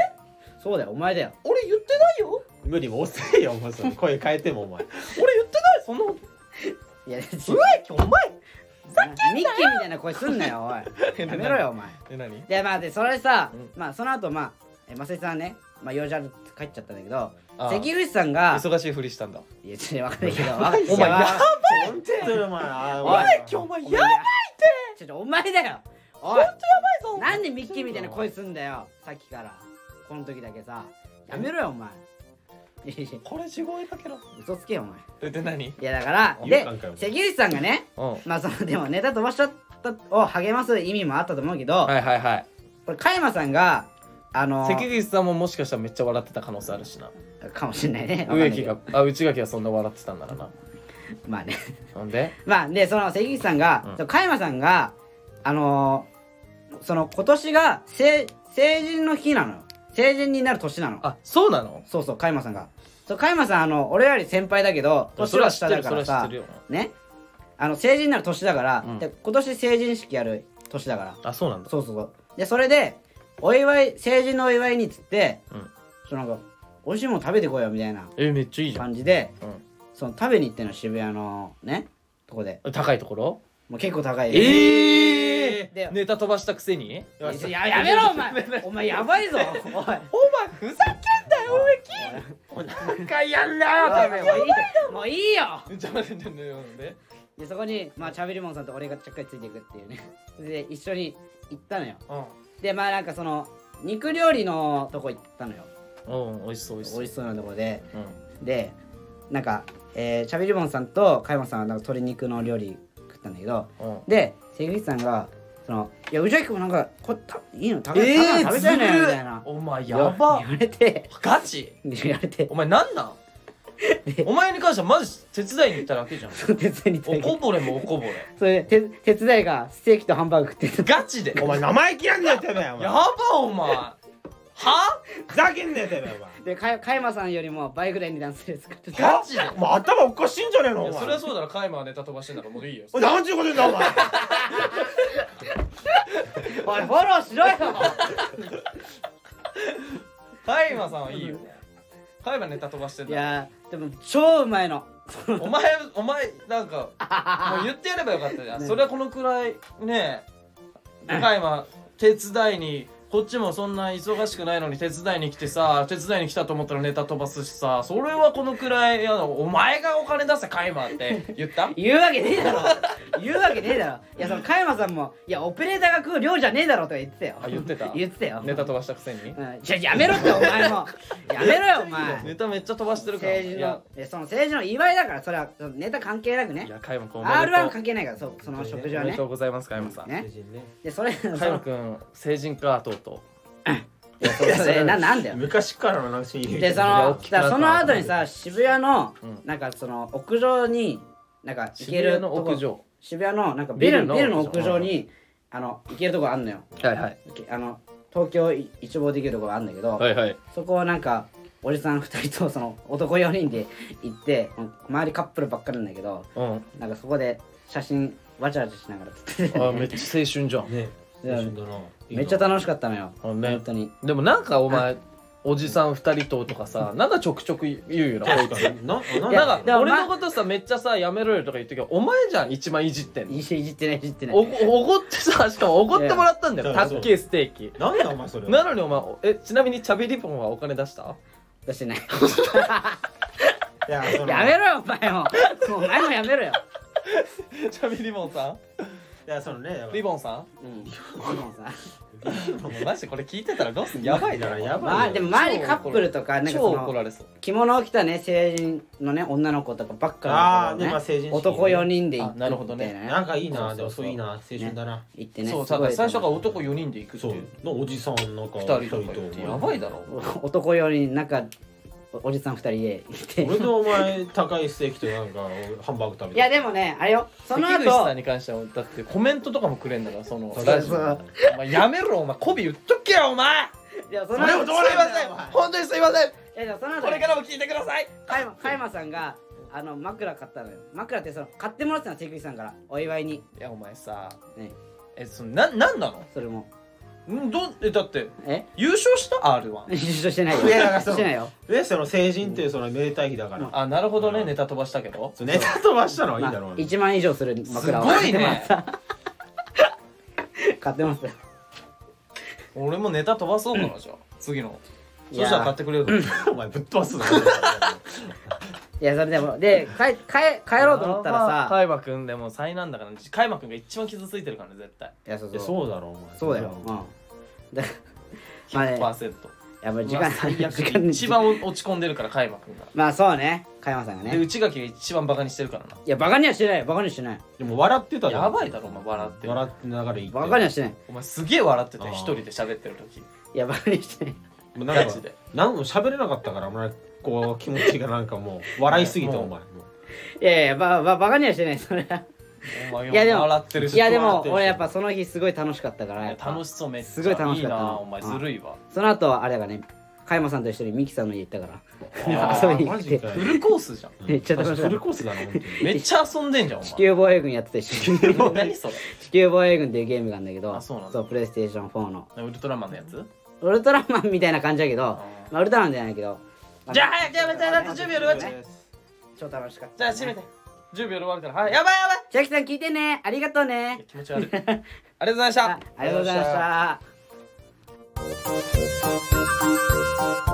そうだよお前だよ
俺言ってないよ
う無理も遅いよお前その声変えてもお前
俺言ってないそんなこと
いや
植木お前
ミッキーみたいな声すんなよおいやめろよお前
え何
でまあでそれさ、
う
まあその後まあえマセさんはねまあ用事あるって帰っちゃったんだけど
ああ
関口さんが
忙しいふりしたんだ
いやちょっと分かんないけど
お前や
ばいってお前あー
おい
植木お前やばい
ばいってちょっとお前だよおい
ぞ
なんでミッキーみたいな声すんだよさっきからこの時だけさやめろよお前いやいや
これ地声かけろ
嘘つけよお前
えで何
いやだから
言う
で
かんかよお前
関口さんがね
うん
まあそのでもネタ飛ばしちゃったを励ます意味もあったと思うけど、
はいはいはい
これ加山さんがあの
関口さんももしかしたらめっちゃ笑ってた可能性あるしな
かもしれないねわかんな
植
いけ
木
ど
があ内垣がそんな笑ってたんならな
まあね
なんで
まあでその関口さんが、
うん
その加山さんがあのーその今年が成成人の日なのよ成人になる年なの
あそうなの
そうそう加山さんがそう加山さんあの俺より先輩だけど年は下だ
そ
か
れ
ら
は
さ
知ってるよ
ねあの成人になる年だから、
うん
で今年成人式やる年だから
あそうなんだ
そうそうそうでそれでお祝い成人のお祝いにっつって、
うん
そのなんか美味しいもの食べてこいよみたいな
えめっちゃいいじゃん
感じで
うん
その食べに行ってんの渋谷のねとこで
高いところ
もう結構高い
え
で
えネタ飛ばしたくせに
いやややめろお前お前やばいぞおい
お前ふざけんなよ植木かやんなよ
おいもういいもういいよ
ちょっと待ってちょっと待って
でそこにまあチャビリモンさんと俺がちゃっかりついていくっていうねで一緒に行ったのよでまあなんかその肉料理のとこ行ったのよ
うんうん美味しそう美味しそ
美
う
味しそうなとこで
うん
でなんか、えー、チャビリボンさんと加山さんはなんか鶏肉の料理食ったんだけど
うん
で関口さんがその「いや宇崎君もなんかこたいいの高い、
え
高い
え
の食べ
ず
たいのよ」み
る
たいな
お前やば
言われて
ガチ
言われて
お前な んなんお前に関してはマジ手伝いに行っただ けじゃん
その手伝いに行った
お
だけ
こぼれもおこぼれ
それで手手伝いがステーキとハンバーグ食ってた
ガチで
お前生意気なんだよてめえお前
やばお前は
ふざけんなよてめえお前
で加加山さんよりも倍ぐらい値段するやつ買ってた
ガチで
お前頭おかしいんじゃねえの
い
お
や
前
それはそうだろカイマはネタ飛ばしてんだからもういいよ
おい何ちゅうこと言うんだお前
おいフォローしろよ
カイマさんはいいよカイマネタ飛ばしてん
い
だから
やーでも超うまいの
お前お前なんかもう言ってやればよかった じゃん、
ね
それはこのくらいねえカイマ手伝いにこっちもそんな忙しくないのに手伝いに来てさ手伝いに来たと思ったらネタ飛ばすしさそれはこのくらいやだお前がお金出せカイマって言った
言うわけねえだろ言うわけねえだろいやその加山さんも「いやオペレーターが食う量じゃねえだろ」とか言ってたよ
あ言ってた
言ってたよ
ネタ飛ばしたくせに
うん、じゃやめろってお前もやめろよお前
ネタめっちゃ飛ばしてるから
政治
いや
のえその政治の祝いだからそれはそのネタ関係なく
い
ね
やカイマ君おめ
r
でと
1
う
関係ないからそうその食事は
おめ
ね
でとうございますカイマさん
ね
ね
でそれその
カイマ君成人かとうと
いやそれそれななんだよ
昔からの話に
でそ
いや
の
大きくな
だから
った
その後にさ渋谷の
うん
なんかその屋上になんか
う
行ける
渋谷の屋
とこ
上
渋谷のなんかビル
ビルの
ビルの屋上にあの行けるとこあんのよ
はいはい
けあの東京い一望できるとこがあるんだけど、
いはい
そこをなんかおじさん2人とその男4人で行って周りカップルばっかりなんだけど
うん
なんかそこで写真わちゃわちゃしながら撮って
あめっちゃ青春じゃん
ね
いや
一緒だな
めっちゃ楽しかったのよ、
あね
本当に
でもなんかお前おじさん二人ととかさなんかちょくちょく言うよなこいつ
なない
や
なん
でも
か
お
俺
前
のことさめっちゃさやめろよとか言ってるけどお前じゃん一番いじってんの
いじいじってないいじってない
おおごってさしかもおごってもらったんだよ
いや
たっけえステーキ
なんだお前それ
なのにお前おえちなみにチャビリポンはお金出した
出してない
いやその
やめろよお前もお前もやめろよ、
チャビリボンさ
いやそのねやば
ん
い
リボンさ
うん、でもさ
んもうマジでこれ聞いてたらどうすんやばいな
やばい
まあでも周りカップルとかなんか
超
そ
怒
の
られそう
着物を着たね成人のね女の子とかばっ
あ
か
あ
り
で
なん
まあ
だけどね
成人式
男4人で行くみた
あないる
な
ほどね
なんかいいな
そうそうそう
でもそういいな青春だな
行ってね
そう
すごい
だから最初から男4人で行くって
そう
いう
のおじさんなんか
2人とか言ってやばい
だ
だろ
男よりなんかおおじさん二人で行って
俺とお前高いステーキとなんかハンバーグ食べて
いやでもねあれよその
関口さん
後
に関してはだってコメントとかもくれんだからその
そう
ラジオ
そう
のお前やめろお前媚び言っとけよお前
いやそ
そ
の
れも
後
ど
いう
すい
な
ま
んだ
せん
よお前
本当にすいません
やでもその後
これからも聞いてください
加山加山さんがあの枕買ったのよ枕ってその買ってもらってたの関口さんからお祝いに
いやお前さ
ね
えそのななんな
それも
のんどうえだって
え
優勝した r 1
優勝してないよ
いやだから
し
そう
てないよ
でその成人っていうそのめでたい日だから
あなるほどね
うん
ネタ飛ばしたけど
そうネタ飛ばしたのはいい
まあ
だろうね
1万以上する
す
枕を
ごいね
買ってますよ
俺もネタ飛ばそうかなじゃあ次の
い
そ
や
したら買ってくれるかな
お前ぶっ飛ばすの
いやそれでもで帰帰帰ろうと思ったらさ
カイマくんでも災難だからカイマくんが一番傷ついてるからね絶対
いやそう
え
そう
そうだろお前
そうだようんだ まあね
100%
やっぱ時
うわ
間
最悪
時間に
一番落ち込んでるからカイマくんが
まあそうね加山さんがね
で内垣が一番バカにしてるから
いや、バカにはしてない、バカにはしてない。
でも笑ってた
な
じゃん
やばいだろお前笑って
笑ってながら言って
バカにはしてない。
お前すげえ笑ってたよ
あー
一人で喋ってる時
いや、バカにはしてない。
もうなん
ガ
か
チで
何も喋れなかったからお前こう気持ちがなんかもう笑いすぎて
もう
お前も
いやいや、ば、ば、バカにはしてない、それは。
お前
いやでも
笑ってるし
いや、で
笑っ
も、
てるし
俺やっぱその日すごい楽しかったから、やっぱ
楽しそうめっちゃ
すごい楽しかった
いいな
な
お前ずるいわ
その後、あれだからね、加山さんと一緒にミキさんの家行ったか
あ
ら、
ー
遊びに行
マ
っ
ジ
て
か、よ
フルコースじゃん
めっちゃ楽し
フ
かった
ル。コースだな本当に
めっちゃ遊んでんじゃんお
地
前
球防衛軍やってた一 緒に
何それ
地球防衛軍っていうゲームがあるんだけど
あそうなんだ
プレイステーション4の
ウルトラマンのやつ
ウルトラマンみたいな感じだけど
あー
まあウルトラマンじゃないけど
じゃあ早くやめてだって準備より終わっちゃう
です
超楽しかった、
じゃあ閉めて10秒で終わるからはいやばいやばい
千秋さん聞いてねありがとう
いや
ね
気持ち悪いありがとうございました
あありがとうございました